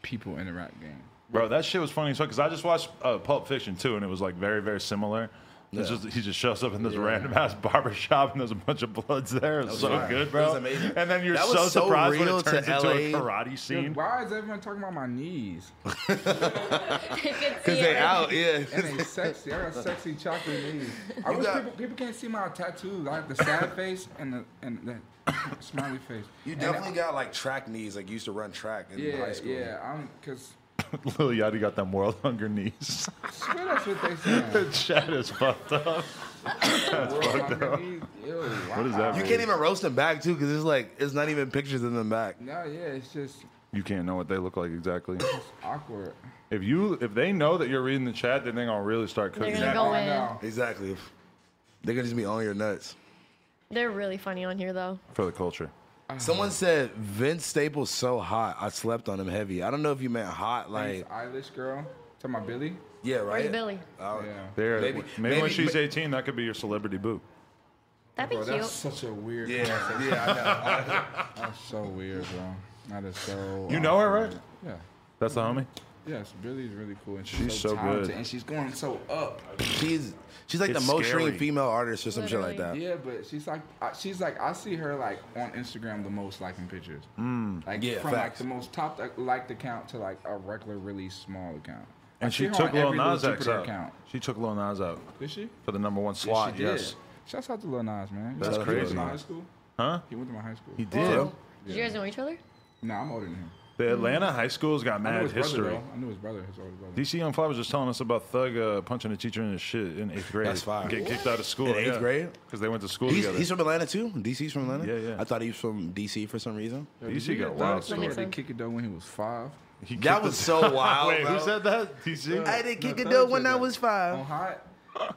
F: people in the rap game.
C: Bro, that shit was funny as fuck because I just watched uh, Pulp Fiction too, and it was like very, very similar. It's
B: Yeah.
C: just he just shows up in this random ass barber shop, and there's a bunch of bloods there. It's so
B: wild.
C: good, bro.
B: It was amazing.
C: And then you're
B: That was
C: so
B: so
C: surprised when
B: real
C: it
B: to
C: turns into a
B: LA.
C: karate scene.
F: Why is everyone talking about my knees?
A: You could see
B: Cause they
A: it.
B: out, yeah.
C: *laughs*
F: And they sexy. I got sexy chocolate knees. I
B: You
F: wish
B: got-
F: people, people can't see my tattoos. I have the
B: *laughs*
F: sad face and the and
B: *coughs*
F: the smiley face.
B: You definitely got like track knees, like you used to run track in
F: Yeah,
B: high school.
F: yeah. I'm cause
C: Lil *laughs* Yachty got them world hunger knees. *laughs*
F: I swear that's what they say.
C: that shit is fucked up. What is that?
B: You can't even roast them back too, cause it's like it's not even pictures of them back.
F: No, yeah, it's just
C: You can't know what they look like exactly.
F: awkward.
C: if you if they know that you're reading the chat, then they're gonna really start cooking.
A: They're gonna
C: that.
A: go
F: I
A: in.
F: know.
B: Exactly. They're gonna just be on your nuts.
A: They're really funny on here though.
C: for the culture.
B: Someone said Vince Staples so hot. I slept on him heavy. I don't know if you meant hot, like
F: Eilish girl. Talking about uh, Billy.
B: yeah,
A: Where's
B: right.
A: Billy?
B: Oh,
F: Yeah.
C: There,
B: Maybe-
C: maybe,
B: maybe-
C: when she's 18, that could be your celebrity boo.
A: That'd be
F: Bro,
A: cute.
F: that's such a weird.
B: yeah,
F: concept.
B: yeah. I know.
F: That's so weird, bro. That is so. uh,
C: You know her, right?
F: Yeah.
C: That's the homie.
F: Yes, Billy's really cool, and she's,
C: She's
F: so,
C: so good.
F: talented, and she's going so up.
B: she's she's like
C: It's
B: the most
C: scary.
B: streamed female artist or some shit like that.
A: Literally.
F: Yeah, but she's like, I- she's like, I see her like on Instagram the most, like in pictures, mm, like
B: Yeah,
F: from
B: facts.
F: like the most top like, liked account to like a regular, really small account. I
C: And
F: see
C: she
F: her
C: took
F: on
C: Lil
F: every
C: Nas X
F: Jupiter
C: out. She took Lil Nas out
F: Did she?
C: for the number one
F: Yeah,
C: slot.
F: she did.
C: yes.
F: Shouts out to Lil Nas, man.
C: That's
F: he Went
C: crazy.
F: to my high school.
C: Huh?
F: He went to my high school.
C: He did.
B: Whoa.
A: Did you guys know each other?
F: No, I'm older than him.
C: The Atlanta high schools got
F: I knew
C: mad
F: his
C: history.
F: brother. Though. I knew his brother, his older brother.
C: DC Young Fly was just telling us about Thug uh, punching a teacher in his shit in eighth grade.
B: That's fire.
C: Getting kicked out of school.
B: In eighth grade?
C: Because they went to school
B: He's,
C: together.
B: he's from Atlanta too. DC's from Atlanta.
C: Yeah, yeah.
B: I thought he was from DC for some reason.
C: DC got a wild
F: He had to
A: story.
F: kick it though when he was five.
C: He
B: That
C: kicked
B: was
C: us- *laughs*
B: so wild.
C: Wait,
B: bro.
C: who said that? DC?
B: didn't kick
F: No,
B: a
F: Thug
B: door
F: said
B: when I
F: that.
B: was five.
F: On hot.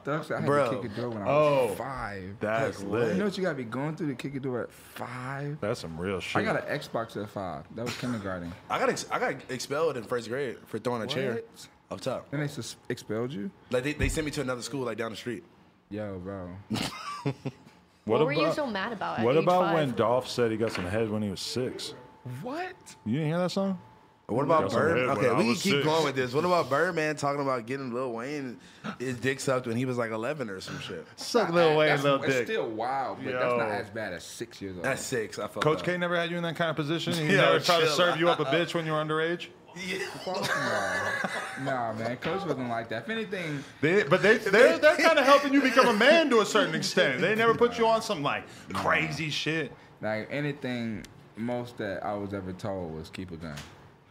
F: Thug said I had
B: Bro.
F: to kick a door when I
C: Oh.
F: was five.
C: That's
F: You know
C: lit.
F: what you gotta be going through to kick a door at five?
C: That's some real shit.
F: I got an Xbox at five. That was
C: *laughs*
F: kindergarten.
B: I got ex- I got expelled in first grade for throwing a chair
F: What?
B: up top.
F: Then they sus- expelled you?
B: Like they, they sent me to another school like down the street.
F: Yo, bro.
C: *laughs*
A: What, were you so mad about? At
C: What
A: age
C: about
A: five?
C: when Dolph said he got some head when he was six?
F: what?
C: You didn't hear that song?
B: What about
C: Got some
B: Bird?
C: head when
B: Okay,
C: I
B: we can
C: was
B: keep
C: six.
B: going with this. What about Birdman talking about getting Lil Wayne his dick sucked when he was like 11 or some shit?
C: Suck little way,
F: That's-
C: little
F: It's
C: dick.
F: still wild, but that's
C: Yo.
F: not as bad as six years old.
B: That's six. I felt
C: Coach
B: that.
C: K never had you in that kind of position. He
B: *laughs* Yo,
C: never tried to
B: chill.
C: serve you up a bitch when you were underage. *laughs*
F: Nah. nah, man. Coach wasn't like that. If anything,
C: They, but they *laughs* they're, they're kind of helping you become a man to a certain extent. They never put you on some like crazy shit.
F: like anything most that I was ever told was keep a gun.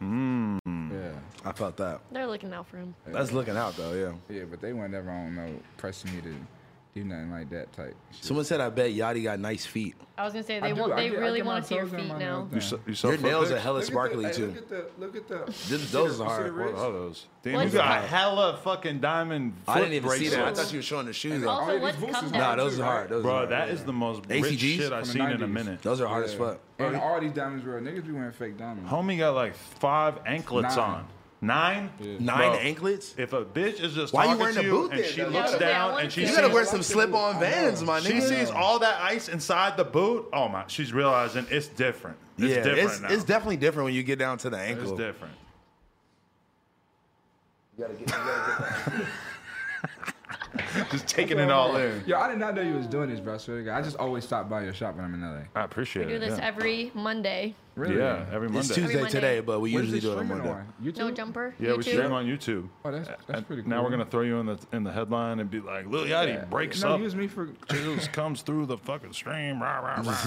B: Hmm.
F: Mm. Yeah.
B: I felt that.
A: They're looking out for him.
B: That's looking out though, yeah.
F: Yeah, but they weren't ever on no pressing me to do nothing like that type. Shit.
B: Someone said I bet Yachty got nice feet.
A: I was gonna say
F: I
A: they
F: do-
A: want.
F: I
A: They
F: get- I
A: really
F: get my
A: want to see your
F: toes on
A: feet
F: my
A: now.
F: nails
C: You
F: done.
C: saw, you saw
B: Your nails are hella
F: Look at the-
B: sparkly
F: hey,
B: too.
F: Look at the, look at the.
B: This-
F: you see
B: those
F: the-
B: are
F: you see the
B: hard. What
F: wrist?
C: What are those? Damn,
A: What's
C: you got
A: that?
C: hella fucking diamond.
B: I didn't even
C: foot
B: see that. I
C: bracelets.
B: thought you were showing the shoes
A: Also,
B: off.
F: All of
A: what's
F: these
A: cup
F: boots is
A: that?
B: Nah,
F: hard,
B: those
F: too,
B: are hard.
F: right?
B: Those
C: Bro,
B: are
C: that
B: hard.
C: is the most
F: uh,
C: rich
B: ACGs?
C: shit I've
F: From the
C: seen in a
F: 90s.
C: minute.
B: Those are hard as fuck.
F: And all these diamonds real. Niggas be wearing fake diamonds.
C: Homie got like five anklets
F: Nine.
C: on. Nine?
B: Nine
C: Bro,
B: anklets?
C: If a bitch is just
B: Why you
C: talking
B: wearing
C: to
B: a
C: you
B: boot
C: and
B: then,
C: she
B: though?
C: looks
A: Yeah, I
C: down
A: wanna
C: and
A: see
C: she
A: it.
B: You
C: sees
B: gotta
F: see-
B: wear some slip-on
F: I know.
B: Vans, my nigga.
C: She sees all that ice inside the boot. Oh my! She's realizing it's different. It's
B: yeah,
C: different
B: it's,
C: now.
B: it's definitely different when you get down to the ankle.
C: It's different. Just taking it all in.
F: Yo, I did not know you was doing this, bro. I swear to God. I just always stop by your shop when I'm in LA.
C: I appreciate
A: We do
C: it.
A: this
C: yeah.
A: every Monday.
F: Really?
C: Yeah, every Monday.
B: It's Tuesday
A: Monday.
B: today, but we
F: What is
B: usually
F: this
B: do it on
F: streaming
B: Monday.
F: on? YouTube?
A: No jumper.
C: Yeah, we
A: YouTube.
C: stream on YouTube.
F: Oh, that's- that's
C: And
F: pretty
C: Now
F: cool.
C: we're gonna throw you in the in the headline and be like, Lil Yachty
F: Yeah.
C: breaks
F: no,
C: up.
F: use me for.
C: Chills comes through the fucking stream. Rah, rah, rah.
B: *laughs*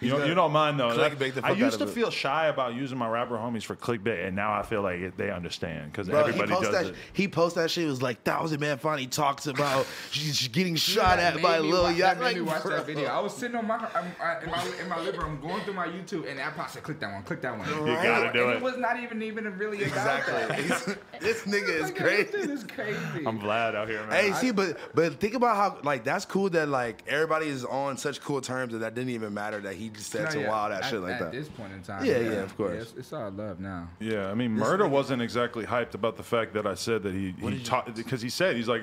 C: You don't, you don't mind though. That-
B: clickbait the fuck
C: I
B: out
C: used
B: of
C: to
B: it.
C: feel shy about using my rapper homies for clickbait, and now I feel like it, they understand because everybody
B: he
C: does
B: post that.
C: it.
B: He post that shit. It was like thousand man finally talks about *laughs* she's getting shot
F: That
B: at by
F: made me
B: Lil
F: watch-
B: Yachty.
F: That made me watch
B: bro.
F: that video. I was sitting on my, I'm, I, in my in my living room going through my YouTube, and that pops. said, Click that one. Click that one.
C: You gotta do
F: and
C: it.
F: it was not even even really
B: *laughs*
F: about that.
B: Exactly.
F: *laughs*
B: this nigga is
F: Like, this
B: crazy.
F: dude is crazy.
C: I'm Vlad out here, man.
B: Hey, see, but but think about how like that's cool that like everybody is on such cool terms that that didn't even matter that he just said
F: No,
B: some
F: yeah,
B: wild ass
F: at,
B: shit like
F: at
B: that.
F: this point in time.
B: Yeah, yeah, of course.
F: it's, it's all love now.
C: Yeah, I mean, Murder wasn't exactly hyped about the fact that I said that he he taught because he said he's like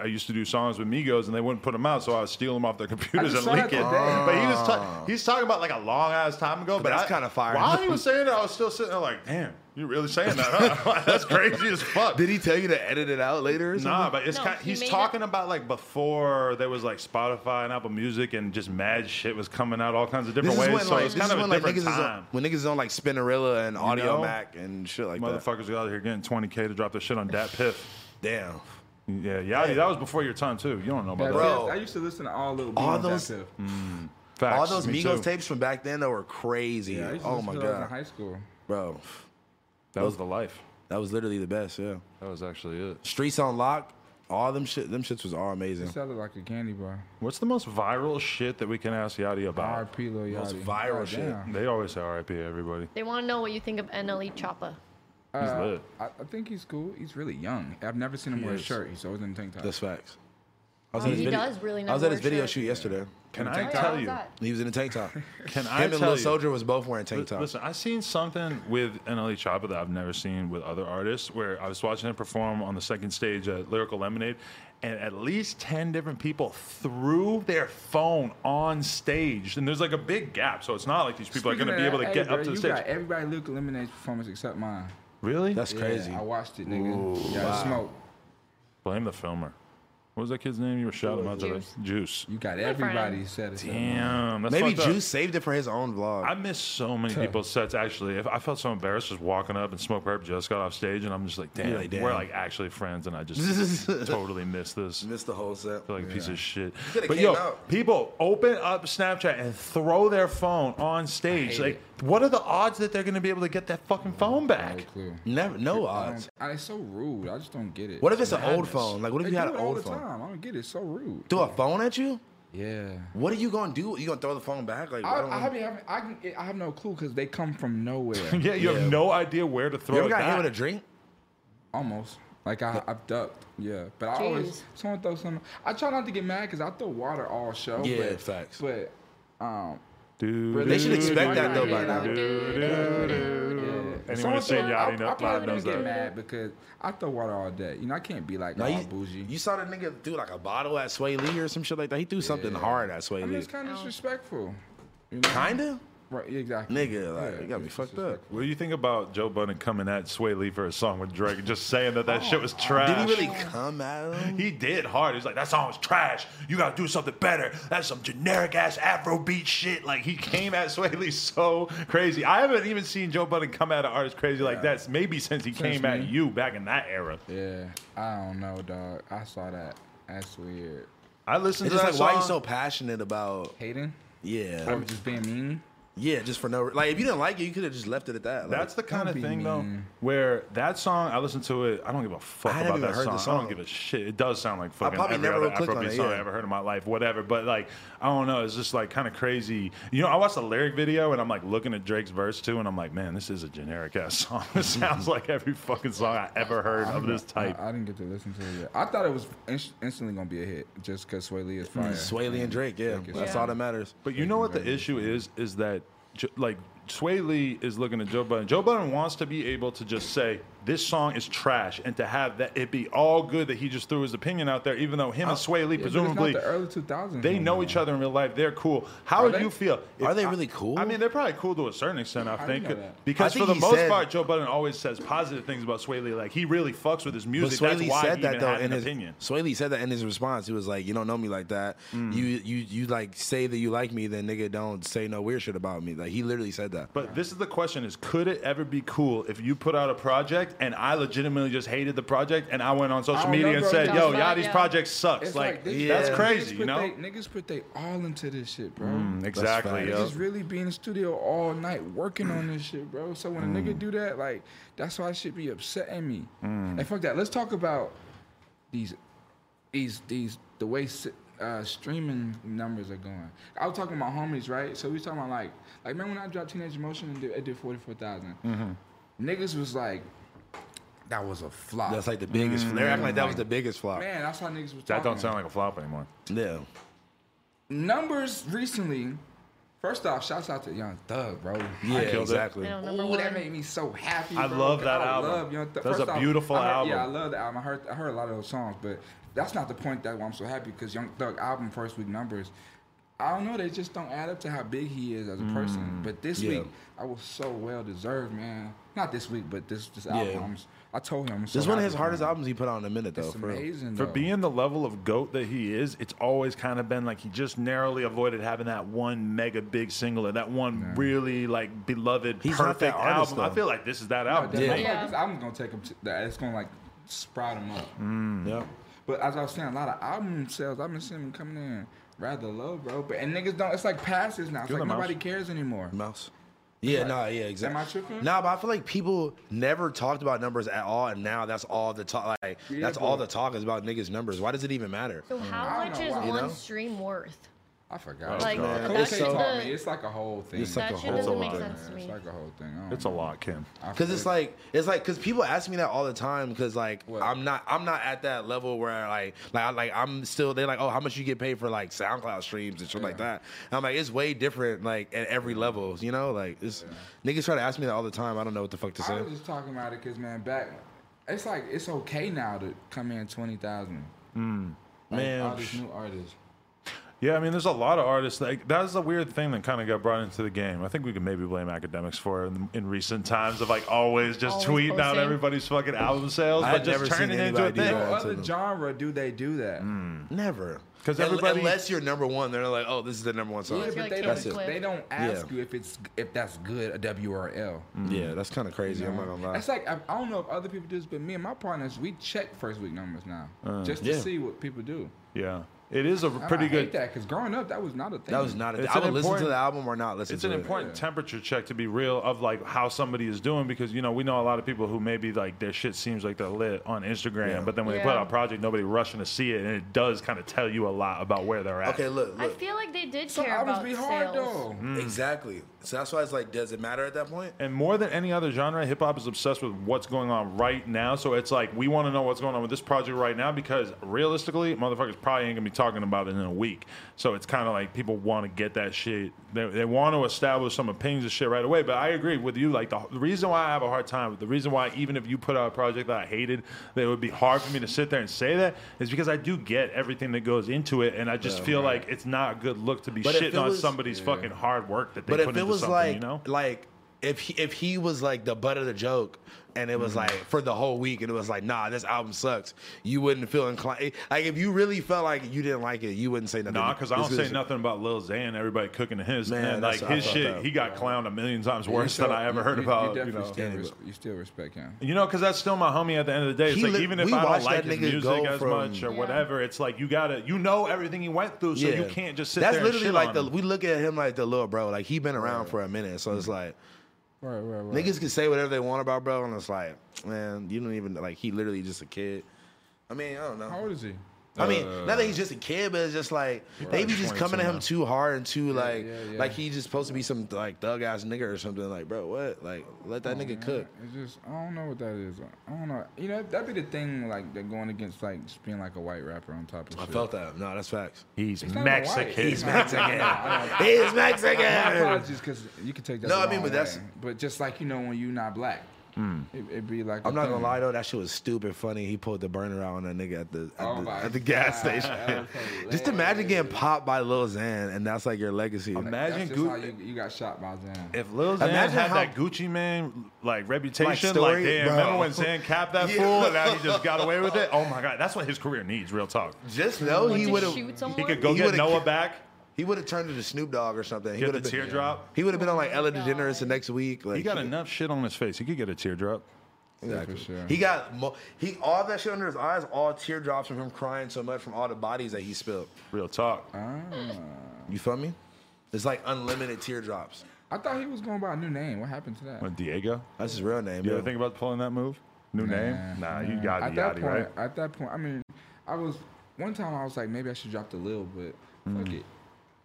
C: I used to do songs with Migos and they wouldn't put them out, so I would steal them off their computers and
F: saw
C: leak
F: that
C: it.
F: today.
C: But he was ta- he's talking about like a long ass time ago. But,
B: Oh. that's
C: I-
B: kinda fire.
C: While he was saying it, I was still sitting there like, damn, you're really saying that? huh? *laughs* that's crazy as fuck.
B: Did he tell you to edit it out later? Or something?
C: Nah, but it's
A: No,
C: kind,
A: he
C: he's
A: made
C: talking about like before there was like Spotify and Apple Music and just mad shit was coming out all kinds of different
B: This is
C: ways.
B: when
C: so
B: like
C: it's
B: this
C: kind
B: is
C: of a
B: when like niggas
C: different
B: is on,
C: time.
B: when niggas is on like Spinnerilla and Audio
C: know?
B: Mac and shit *laughs* like that.
C: Motherfuckers go out here getting 20k to drop their shit on Dat Piff.
B: Damn.
C: Yeah, yeah, that was before your time too. You don't know about
F: Yeah,
C: that.
B: Bro.
F: I used to listen to all little.
B: All
F: All
B: those- Mm.
F: those.
C: Facts.
B: All those
C: Me
B: Migos
C: too.
B: tapes from back then that were crazy.
F: Yeah, I used to
B: oh
F: listen
B: my
F: to those in
B: god,
F: high school.
B: bro,
C: That was the life.
B: that was literally the best. Yeah,
C: That was actually it.
B: Streets on Lock, all them shit, them shits was all
F: It
B: amazing.
F: sounded like a candy bar.
C: What's the most viral shit that we can ask Yachty about?
F: R.P. Lil
B: Most
F: Yachty.
B: viral
F: God
B: shit.
F: damn.
C: They always say RIP everybody.
A: They want to know what you think of NLE Choppa.
C: He's
F: Uh,
C: lit.
F: I, I think he's cool. He's really young. I've never seen him wear a
C: is.
F: shirt. He's always in a tank top.
B: That's facts. I was
A: Wow, Oh,
B: at his
A: he
B: video,
A: does really know
B: I was at his
A: worship.
B: video shoot yesterday.
C: Can
B: In a
C: I
B: tank
C: tell
B: top.
C: you?
B: He was in a tank
F: *laughs*
B: top.
C: Can
B: Him
C: I
B: and
C: tell
B: Lil
C: you?
B: Soldier was both wearing tank tops.
C: Listen, I seen something with NLE Choppa that I've never seen with other artists where I was watching him perform on the second stage at Lyrical Lemonade, and at least 10 different people threw their phone on stage. And there's like a big gap, so it's not like these people are going to be able to
F: Hey,
C: get
F: bro,
C: up to the
F: you
C: stage.
F: Got everybody Luke eliminates performance except mine.
C: Really?
B: That's
F: Yeah,
B: crazy.
F: I watched it, nigga. Yeah,
B: wow.
F: smoke.
C: Blame the filmer. What was that kid's name you were shouting about today? Juice.
F: You got
A: friend.
F: everybody said it.
C: Damn. That's
B: Maybe
C: fucked up.
B: Juice saved it for his own vlog.
C: I missed so many people's sets. Actually, if I felt so embarrassed just walking up and Smoke Herb just got off stage, and I'm just like, damn,
B: You're like, damn.
C: we're like actually friends, and I
B: *laughs*
C: just totally missed this.
B: missed the whole set.
C: Feel like a piece of shit.
B: Coulda
C: But
B: came
C: yo,
B: out.
C: people open up Snapchat and throw their phone on stage. Like, what are the odds that they're going to be able to get that fucking phone back?
F: No clue.
B: Never, no
F: I
B: odds.
F: don't- I, it's so rude. I just don't get it.
B: What if it's an old
C: madness.
B: phone? Like, what if
F: They
B: you had
F: do
B: an
F: it all
B: old
F: the
B: phone?
F: time. I don't get it. It's so rude.
B: Throw a phone at you?
F: Yeah.
B: What are you gonna do? You gonna throw the phone back? Like,
F: I,
B: don't
F: I, have, I, can, I have no clue because they come from
C: *laughs*
F: nowhere.
C: Yeah, you
B: *laughs* Yeah.
C: have no idea where to throw
B: you ever
C: it
B: got hit
C: back.
B: with a drink?
F: Almost. Like I, I've ducked. Yeah. But I always
A: Jeez.
F: someone throw something. I try not to get mad because I throw water all show.
B: Yeah,
F: but,
B: facts.
F: But um,
C: Dude,
B: They should expect that though by
F: Yeah.
B: now.
C: anyone who's seen
F: I,
C: Yachty
F: I
C: Nutpod
F: probably
C: knows
F: don't get
C: that.
F: mad because I throw water all day. You know, I can't be like
B: Now,
F: all
B: you,
F: bougie.
B: you saw the nigga do like a bottle at Sway Lee or some shit like that. He threw something hard at Sway
F: I mean,
B: Lee.
F: it's kind of disrespectful. You know?
B: Kinda,
F: Right, yeah, exactly.
B: nigga. Like,
F: Yeah,
B: you gotta be
F: it's
B: fucked up.
C: What do you think about Joe Budden coming at Sway Lee for a song with Drake and just saying that that shit was trash?
B: Oh, Did he really come at *laughs* him?
C: He did hard. He's like, that song was trash. You gotta do something better. That's some generic ass Afrobeat shit. Like he came at Sway Lee so crazy. I haven't even seen Joe Budden come at an artist crazy like that. Maybe since he came at you back in that era.
F: Yeah, I don't know, dog. I saw that. That's weird.
C: I listened
B: It's
C: to
B: just
C: that
B: like why you
C: song.
B: so passionate about
F: Hayden?
B: yeah,
F: Or just being mean?
B: yeah, just for no re- like if you didn't like it, you could have just left it at that. Like,
C: That's the kind of
F: be
C: thing though where that song I listened to it. I don't give a fuck
B: I haven't
C: about
B: even
C: that
B: heard
C: song.
B: the
C: I
B: song.
C: don't give a shit. It does sound like fucking
B: probably
C: every
B: never
C: other
B: clicked on
C: Afrobeat
B: it,
C: song I
B: yeah.
C: ever heard in my life. Whatever, but like I don't know. It's just like kind of crazy. You know, I watched the lyric video and I'm like looking at Drake's verse too, and I'm like, man, this is a generic ass *laughs* song. it sounds like every fucking song I ever heard of this type.
F: I, I didn't get to listen to it yet. I thought it was inst- instantly going to be a hit just because Sway Lee is fire.
B: Mm, Sway Lee and Drake. Yeah, that's all that matters.
C: But you know what the issue is? Is that Jo- like Sway Lee is looking at Joe Budden. Joe Budden wants to be able to just say this song is trash, and to have that it be all good that he just threw his opinion out there, even though him
B: Oh,
C: and Sway Lee
F: Yeah, but it's not
C: presumably
F: the early 2000s
C: they
F: no
C: know
F: more.
C: each other in real life. They're cool. How would
F: they?
C: you feel?
B: Are
C: if
B: they
C: I-
B: really cool?
C: I mean, they're probably cool to a certain extent. I
F: How do you
C: think
F: know that?
C: because
B: I think
C: for
B: he
C: the most
B: said-
C: part, Joe Budden always says positive things about Sway Lee. Like he really fucks with his
B: But
C: music.
B: Sway
C: That's
B: Lee
C: why
B: said
C: he
B: that
C: even
B: though
C: had
B: in
C: an
B: his
C: opinion.
B: Sway Lee said that in his response. He was like, "You don't know me like that. You you you like say that you like me, then nigga don't say no weird shit about me." Like he literally said that.
C: But this is the question: Is could it ever be cool if you put out a project and I legitimately just hated the project and I went on
F: I
C: social
F: don't
C: media
F: know,
C: and
F: bro.
C: said,
F: That's
C: "Yo,
A: right,
C: Yachty's
A: yeah.
C: project sucks."
F: It's
C: Like,
F: this-
C: that's
B: Yeah.
C: crazy,
F: niggas
C: you
F: put
C: know?
F: They, niggas put they all into this shit, bro.
B: Mm,
C: exactly.
B: That's
C: yo.
F: Niggas really be in the studio all night working on this shit, bro. So when a
C: Mm.
F: nigga do that, like that's why it should be upsetting me. And fuck that. Let's talk about these, these, these. The way s- uh, streaming numbers are going. I was talking to my homies, right? So we talking about like, like remember when I dropped Teenage Emotion and did, it did forty
C: Mm-hmm.
F: Niggas was like, that was a flop.
B: That's like the biggest. They're acting like that was the biggest flop.
F: Mm. Man, that's how niggas was talking.
C: that don't sound like a flop anymore.
B: Yeah.
F: numbers recently. First off, shouts out to Young Thug, bro.
B: Yeah,
C: killed it.
B: exactly.
A: I don't know,
F: Ooh,
A: number
F: that
A: one.
F: made me so happy.
C: I
F: bro.
C: love that
F: I
C: album.
F: Love Young Thug.
C: That's
F: First
C: a
F: off,
C: beautiful
F: I heard-
C: album.
F: Yeah, I love the album. I heard I heard a lot of those songs, but that's not the point that why I'm so happy because Young Thug album first week numbers. I don't know. They just don't add up to how big he is as a person. But this
B: Mm, yeah.
F: week, I was so well deserved, man. Not this week, but this this album.
B: Yeah.
F: I'm s- i told him. I'm so
B: This is one of his
F: happy,
B: hardest
F: man.
B: albums he put out in a minute though.
F: It's
B: for real.
F: amazing
C: For
F: though.
C: being the level of goat that he is, it's always kind of been like he just narrowly avoided having that one mega big single or that one really like beloved
B: He's not
C: perfect
B: that artist,
C: album. I
B: though.
C: feel like this is that album. to
F: Yeah.
C: me.
F: This album's gonna take him. To, that- it's gonna like sprout him up.
B: Yeah.
F: But as I was saying, a lot of album sales, I've been seeing them coming in rather low, bro. But and niggas don't. It's like passes now. It's
C: You're
F: like
C: the mouse.
F: nobody cares anymore.
B: Mouse. Yeah, nah, yeah,
F: Am
B: exactly.
F: I tripping?
B: Nah, but I feel like people never talked about numbers at all, and now that's all the talk. Like
F: Yeah,
B: that's all
F: but-
B: the talk is about niggas' numbers. Why does it even matter?
A: So how
F: don't
A: much
F: know
A: is
F: why.
A: one
F: You
B: know?
A: stream worth?
F: I forgot.
A: Like,
F: bro.
A: that
F: Coach
A: shit-
F: taught
A: the-
F: me. It's like a whole thing.
B: It's like That a shit whole
A: doesn't
B: make
F: thing,
A: sense to
F: man. It's
A: me.
F: like a whole thing. I
C: It's a lot, Kim.
F: don't- I
B: Cause it's
F: forget.
B: like it's like cause people ask me that all the time. Cause like I'm not I'm not at that level where like like I, like I'm still they're like oh how much you get paid for like SoundCloud streams and shit like that. And I'm like it's way different like at every level. You know like it's niggas try to ask me that all the time. I don't know what the fuck to
F: I
B: say.
F: was just talking about it because man, back it's like it's okay now to come in twenty thousand. Like,
C: Man,
F: all these new artists.
C: Yeah, I mean, there's a lot of artists. Like that's the weird thing that kind of got brought into the game. I think we could maybe blame academics for it in, in recent times of like always just
A: Always
C: tweeting out
A: posting.
C: everybody's fucking album sales,
B: I
C: but
B: had
C: just
B: never
C: turning
B: seen
C: it into a
B: anybody do
C: thing.
B: that.
F: What
B: to
F: other
B: them.
F: genre do they do that?
B: Never
C: 'Cause
B: Un-
C: everybody-
B: unless you're number one they're like oh this is the number one song.
F: Yeah,
A: Unless you're
F: but
A: like
F: they
A: Taylor
F: don't,
A: Swift.
F: they don't ask
B: Yeah.
F: you if it's if that's good a W or a L.
B: Yeah, that's kind of crazy. I'm not gonna lie.
F: It's like I, I don't know if other people do this, but me and my partners we check first week numbers now just to
B: Yeah.
F: see what people do.
C: Yeah, it is a
F: I-
C: Uh, pretty
F: I
C: good.
F: hate that because growing up that was not a thing.
B: That was not. A,
C: It's
B: I
C: an
B: would listen to
C: important-
B: the album or not listen.
C: It's
B: to
C: an
B: it.
C: important temperature check to be real of like how somebody is doing because you know we know a lot of people who maybe like their shit seems like they're lit on Instagram, but then when they put
A: Yeah.
C: out a project, nobody rushing to see it, and it does kind of tell you a lot about where they're at.
B: Okay, look,
A: I
B: look.
A: feel like they did
F: Some
A: care
F: albums
A: about
F: be hard
A: sales.
F: though.
C: Mm,
B: exactly. So that's why it's like, does it matter at that point?
C: And more than any other genre, hip hop is obsessed with what's going on right now. So it's like we want to know what's going on with this project right now because realistically, motherfuckers probably ain't gonna be talking about it in a week. So it's kind of like people want to get that shit. They, they want to establish some opinions and shit right away. But I agree with you. Like the, the reason why I have a hard time, the reason why even if you put out a project that I hated, that it would be hard for me to sit there and say that is because I do get everything that goes into it, and I just feel like it's not a good look to be
B: But if it
C: shitting on
B: was-
C: somebody's fucking hard work that they
B: But
C: put
B: if it
C: into
B: was
C: something.
B: like,
C: you know,
B: like if he, if he was like the butt of the joke, and it was
C: Mm-hmm.
B: like for the whole week, and it was like, nah, this album sucks. You wouldn't feel inclined. Like if you really felt like you didn't like it, you wouldn't say nothing.
C: Nah, because I
B: This
C: don't
B: is-
C: say nothing about Lil Xan. Everybody cooking to his
B: Man,
C: and
B: that's
C: like
B: what I
C: his
B: thought
C: shit.
B: that.
C: He got clowned a million times worse
F: You
C: than I
F: still-
C: ever
F: you-
C: heard
F: you-
C: about.
F: You,
C: You, know,
F: definitely still res- you still respect him.
C: you know, because that's still my homie. At the end of the day, it's
B: He
C: like
B: li-
C: even if
B: we
C: I don't
B: watched
C: like
B: that
C: his
B: nigga
C: music
B: go
C: as
B: from-
C: much or
A: Yeah.
C: whatever, it's like you gotta, you know, everything he went through, so you
B: Yeah.
C: can't just sit
B: That's
C: there.
B: literally
C: and shit
B: like
C: on
B: the
C: him. Mm-hmm.
B: we look at him like the little bro. Like he been around for a minute, so it's like.
F: Right, right, right.
B: Niggas can say whatever they want about bro, and it's like, man, you don't even like. He literally just a kid. I mean, I don't know.
F: How old is he?
B: I mean,
F: Uh,
B: not that he's just a kid, but it's just like they be just coming at him too hard and too like
F: yeah, yeah.
B: like he just supposed to be some like thug ass nigga or something. Like, bro, what? Like, let that nigga cook.
F: It's just I don't know what that is. I don't know. You know that'd be the thing like they're going against like just being like a white rapper on top of
B: I
F: shit.
B: felt that. No, that's
F: *laughs*
B: facts.
C: he's
F: He's not even white.
C: Mexican.
B: He's Mexican. He's
F: My
B: Mexican.
F: apologies, because you can take that.
B: No, I
F: the
B: mean,
F: wrong
B: but that's- Hmm.
F: way. But just like you know, when you not black, it, it'd be like.
B: I'm
F: a
B: not gonna
F: thing.
B: lie though, that shit was stupid funny. He pulled the burner out on that nigga at the at,
F: Oh
B: the,
F: my
B: at the gas
F: God, *laughs*
B: station. *laughs*
F: that's hilarious.
B: just imagine getting popped by Lil Xan, and that's like your legacy.
F: That's
C: Imagine
F: just
C: Gu-
F: how you, you got shot by Zan.
C: If Lil Xan
B: Imagine
C: had
B: how-
C: that Gucci man like reputation, like,
B: story,
C: damn,
B: bro.
C: remember when Xan capped that
B: *laughs* Yeah.
C: fool and now he just got away with it? Oh my god, that's what his career needs. Real talk.
B: Just know
A: Like
B: he
A: to
B: would have.
A: shoot someone?
C: He could go
B: He
C: get
B: would've
C: Noah
B: ki-
C: back.
B: He would have turned into Snoop Dogg or something. He
C: Get
B: would
C: the
B: have been
C: teardrop.
B: He would have been on like Ella
A: God.
B: DeGeneres the next week. Like
C: He got enough shit on his face. He could get a teardrop.
B: Exactly.
F: for sure.
B: He got mo- he all that shit under his eyes, all teardrops from him crying so much from all the bodies that he spilled.
C: Real talk.
B: You feel me? It's like unlimited teardrops.
F: I thought he was going by a new name. What happened to that?
C: When Diego,
B: That's his real name.
C: you
B: Yeah,
C: ever think about pulling that move? New name? Nah, you got
F: at
C: yachty,
F: that point,
C: right?
F: at that point, I mean, I was one time I was like, maybe I should drop the Lil, but
B: Hmm.
F: fuck it,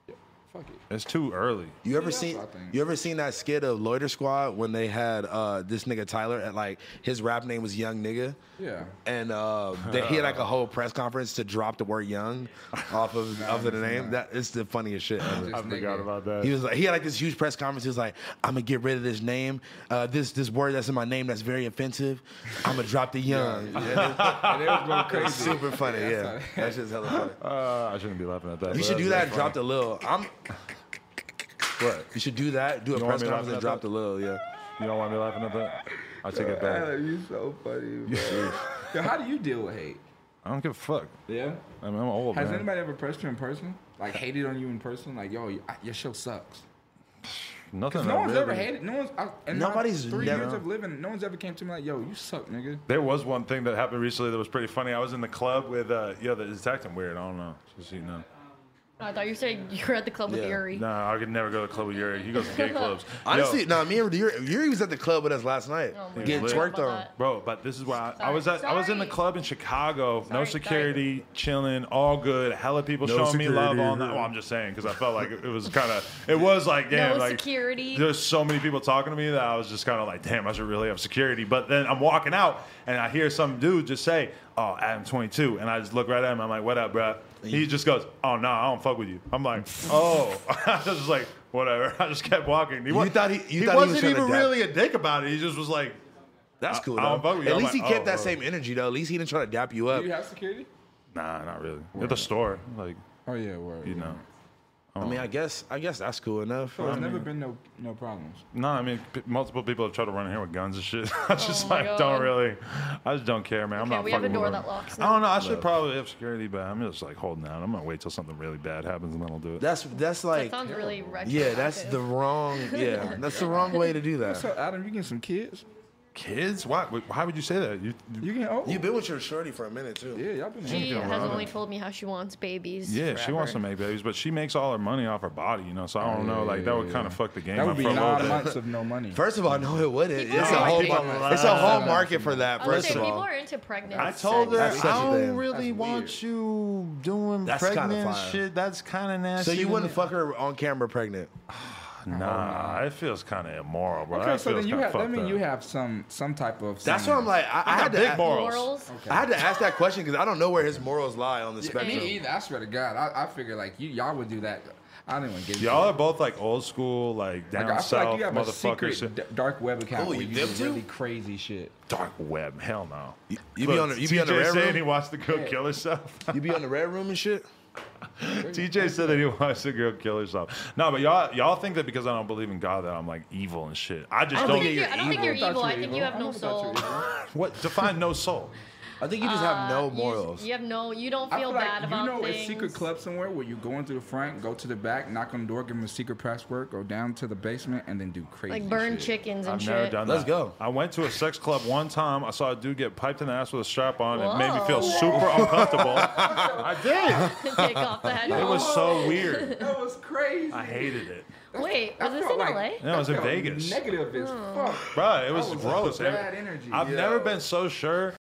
F: Yeah, fuck it.
C: It's too early.
B: you ever
F: that's
B: seen
F: what I think.
B: you ever seen that skit of Loiter Squad when they had uh, this nigga Tyler at like his rap name was Young Nigga.
F: Yeah.
B: And uh, they, he had like a whole press conference to drop the word "young" off
F: *laughs*
B: of off of the name. That it's the funniest shit ever.
F: This
C: I forgot
F: nigga.
C: about that.
B: He was like, he had like this huge press conference. He was like, I'm gonna get rid of this name, uh, this this word that's in my name that's very offensive. I'm gonna drop the young. *laughs*
F: And it was going
B: It's
F: crazy.
B: super funny, yeah. That's just hella
C: *laughs*
B: funny.
C: uh, I shouldn't be laughing at that.
B: You
C: but
B: should
C: was
B: do that.
C: pretty
B: and Drop
C: funny.
B: the lil. I'm. What? You should do that. Do a
C: You want
B: press
C: me to
B: conference and
C: laugh at
B: drop
C: that?
B: the lil. Yeah.
C: You don't want me laughing at that? I take it
F: Tyler,
C: back.
F: *laughs* you so
B: *laughs*
F: funny, bro. Yo, how do you deal with hate?
C: I don't give a fuck.
F: Yeah.
C: I mean, I'm old,
F: Has
C: man.
F: anybody ever pressed you in person? Like hated on you in person? Like, yo, y- I- your show sucks.
C: Nothing.
F: No
C: I
F: one's
C: really-
F: ever hated. No one's. I, in
B: Nobody's
F: my three
B: never-
F: years of living. No one's ever came to me like, yo, you suck, nigga.
C: There was one thing that happened recently that was pretty funny. I was in the club with, uh, yo, the- it's acting weird. I don't know. Just, so you know.
A: Oh, I thought you said you were at the club with
B: Yeah.
A: Yuri.
C: No, I could never go to the club with Yuri. He goes
B: *laughs*
C: to gay clubs.
B: Honestly,
C: Yo.
B: nah, me and Yuri, Yuri was at the club with us last night.
A: Oh my
B: getting
C: God.
B: twerked
A: About
B: on.
A: that.
C: Bro, but this is why I, I was at, I was in the
A: Sorry.
C: club in Chicago, no
A: Sorry,
C: security, chilling, all good, hella people
B: No
C: showing me love
B: security.
C: all night. Well, I'm just saying because I felt like it, it was kind of it was like damn,
A: No
C: like
A: security.
C: There's so many people talking to me that I was just kind of like, damn, I should really have security. But then I'm walking out and I hear some dude just say, "Oh, Adam 22," and I just look right at him. I'm like, "What up, bro?" He just goes, "Oh no, I don't fuck with you." I'm like, "Oh," *laughs* I was just like, "Whatever." *laughs* I just kept walking. He,
B: You
C: wa-
B: thought he- you thought he was
C: wasn't
B: trying to
C: even
B: dab-
C: really a dick about it. He just was like.
B: That's
C: I-
B: cool.
C: I
B: though.
C: don't fuck with you.
B: At
C: I'm
B: least
C: like,
B: he kept
C: oh,
B: that
C: whoa.
B: same energy though. At least he didn't try to dap you up.
F: Do you have security?
C: Nah, not really. At the store, like
F: Oh yeah, word.
C: you know.
B: I mean, I guess I guess that's cool enough. Um,
F: So it's never been no no problems.
C: No, I mean, p- multiple people have tried to run in here with guns and shit. *laughs* I just
A: Oh my
C: like
A: God.
C: don't really. I just don't care, man. I'm
A: Okay,
C: not
A: we have
C: fucking
A: a door
C: with
A: that
C: them.
A: locks
C: I
A: now.
C: don't know. I should probably have security, but I'm just like holding out. I'm gonna wait till something really bad happens and then I'll do it.
B: That's that's
A: That
B: like
A: sounds really retroactive.
B: yeah, that's the wrong
A: *laughs*
B: yeah, that's the wrong way to do
F: So
B: that.
F: Adam, you getting some kids?
C: Kids? Why? wait, Why would you say that? You, you-
F: You getting old?
B: You've been with your shorty for a minute too.
F: yeah, y'all been.
A: She
C: Yeah,
A: has
C: Robin.
A: only told me how she wants babies.
C: yeah, she wants to
A: forever.
C: make babies, but she makes all her money off her body, you know. So I don't know. Like that would kind of fuck the game
F: That
C: up
F: would be
C: for a little
F: nine
C: bit.
F: months of no money.
B: First of all, no, it wouldn't. It's
A: People
B: a
A: are-
B: whole
A: People
B: mar- it's a whole market for that.
A: I was
B: First
A: gonna say,
B: of
A: people
B: all,
A: are into pregnant.
C: I told her
A: sex.
B: That's such a
C: I don't
B: thing.
C: really
F: That's
C: want
F: weird.
C: you doing
B: That's kinda
C: pregnant
B: fire.
C: shit. That's kind of nasty.
B: so you
C: to
B: wouldn't
C: me.
B: fuck her on camera pregnant.
C: Nah, it feels kind of immoral, bro.
F: Oh, Okay,
C: that
F: so
C: feels
F: then you
C: kinda
F: have. That
C: fucked
F: mean you
C: up.
F: have some some type of.
B: That's what
F: some-
B: I'm like. I, I
C: I
B: had
C: got
B: to
C: big
B: a-
C: morals.
A: Morals.
B: I had to ask that question because I don't know where his morals lie on the spectrum.
F: Me either. I swear to God, I, I figure like you y'all would do that. I don't even get into
C: Y'all
F: it.
C: are both like old school, like down
F: Like, I feel
C: south
F: like you have a
C: motherfuckers.
F: secret d- dark web account
B: Oh,
F: where
B: you
F: you do
B: dip too?
F: really crazy shit.
C: Dark web, hell no. You,
B: you be on the- you be on the
C: TJ
B: red
C: said
B: room?
C: he watched the girl kill *laughs*
F: *laughs*
C: herself.
B: You be on the red room and shit.
C: TJ said that he watched the girl kill herself. No, but y'all y'all think that because I don't believe in God that I'm like evil and shit. I just
A: I don't
C: don't.
A: think you're. I don't think you're
F: I thought
A: evil.
F: were
A: I think you have no
F: never thought you
A: soul.
F: were evil.
C: what define no
F: *laughs*
C: soul?
B: I think you just
A: Uh,
B: have no morals.
A: You have no. You don't
F: I
A: feel
F: feel like
A: bad about
F: you know
A: things.
F: a secret club somewhere where you go into the front, go to the back, knock on the door, give them a secret password, go down to the basement, and then do crazy
A: Like burn
F: shit.
A: chickens and
C: I've
A: shit.
C: never done
B: Let's
C: that.
B: go.
C: I went to a sex club one time. I saw a dude get piped in the ass with a strap on. and It made me feel
A: Whoa.
C: super
F: *laughs*
C: uncomfortable. I
A: *laughs*
C: did.
A: Take off the head.
C: It was so weird.
F: That was crazy.
C: I hated it.
A: Wait, was
F: I
A: this in
F: felt like-
A: LA?
C: No, it was in
F: That felt
C: Vegas.
A: Oh.
F: Negative as fuck.
C: Bruh, it was,
F: was
C: gross.
F: bad energy,
C: I've
F: yo.
C: never been so sure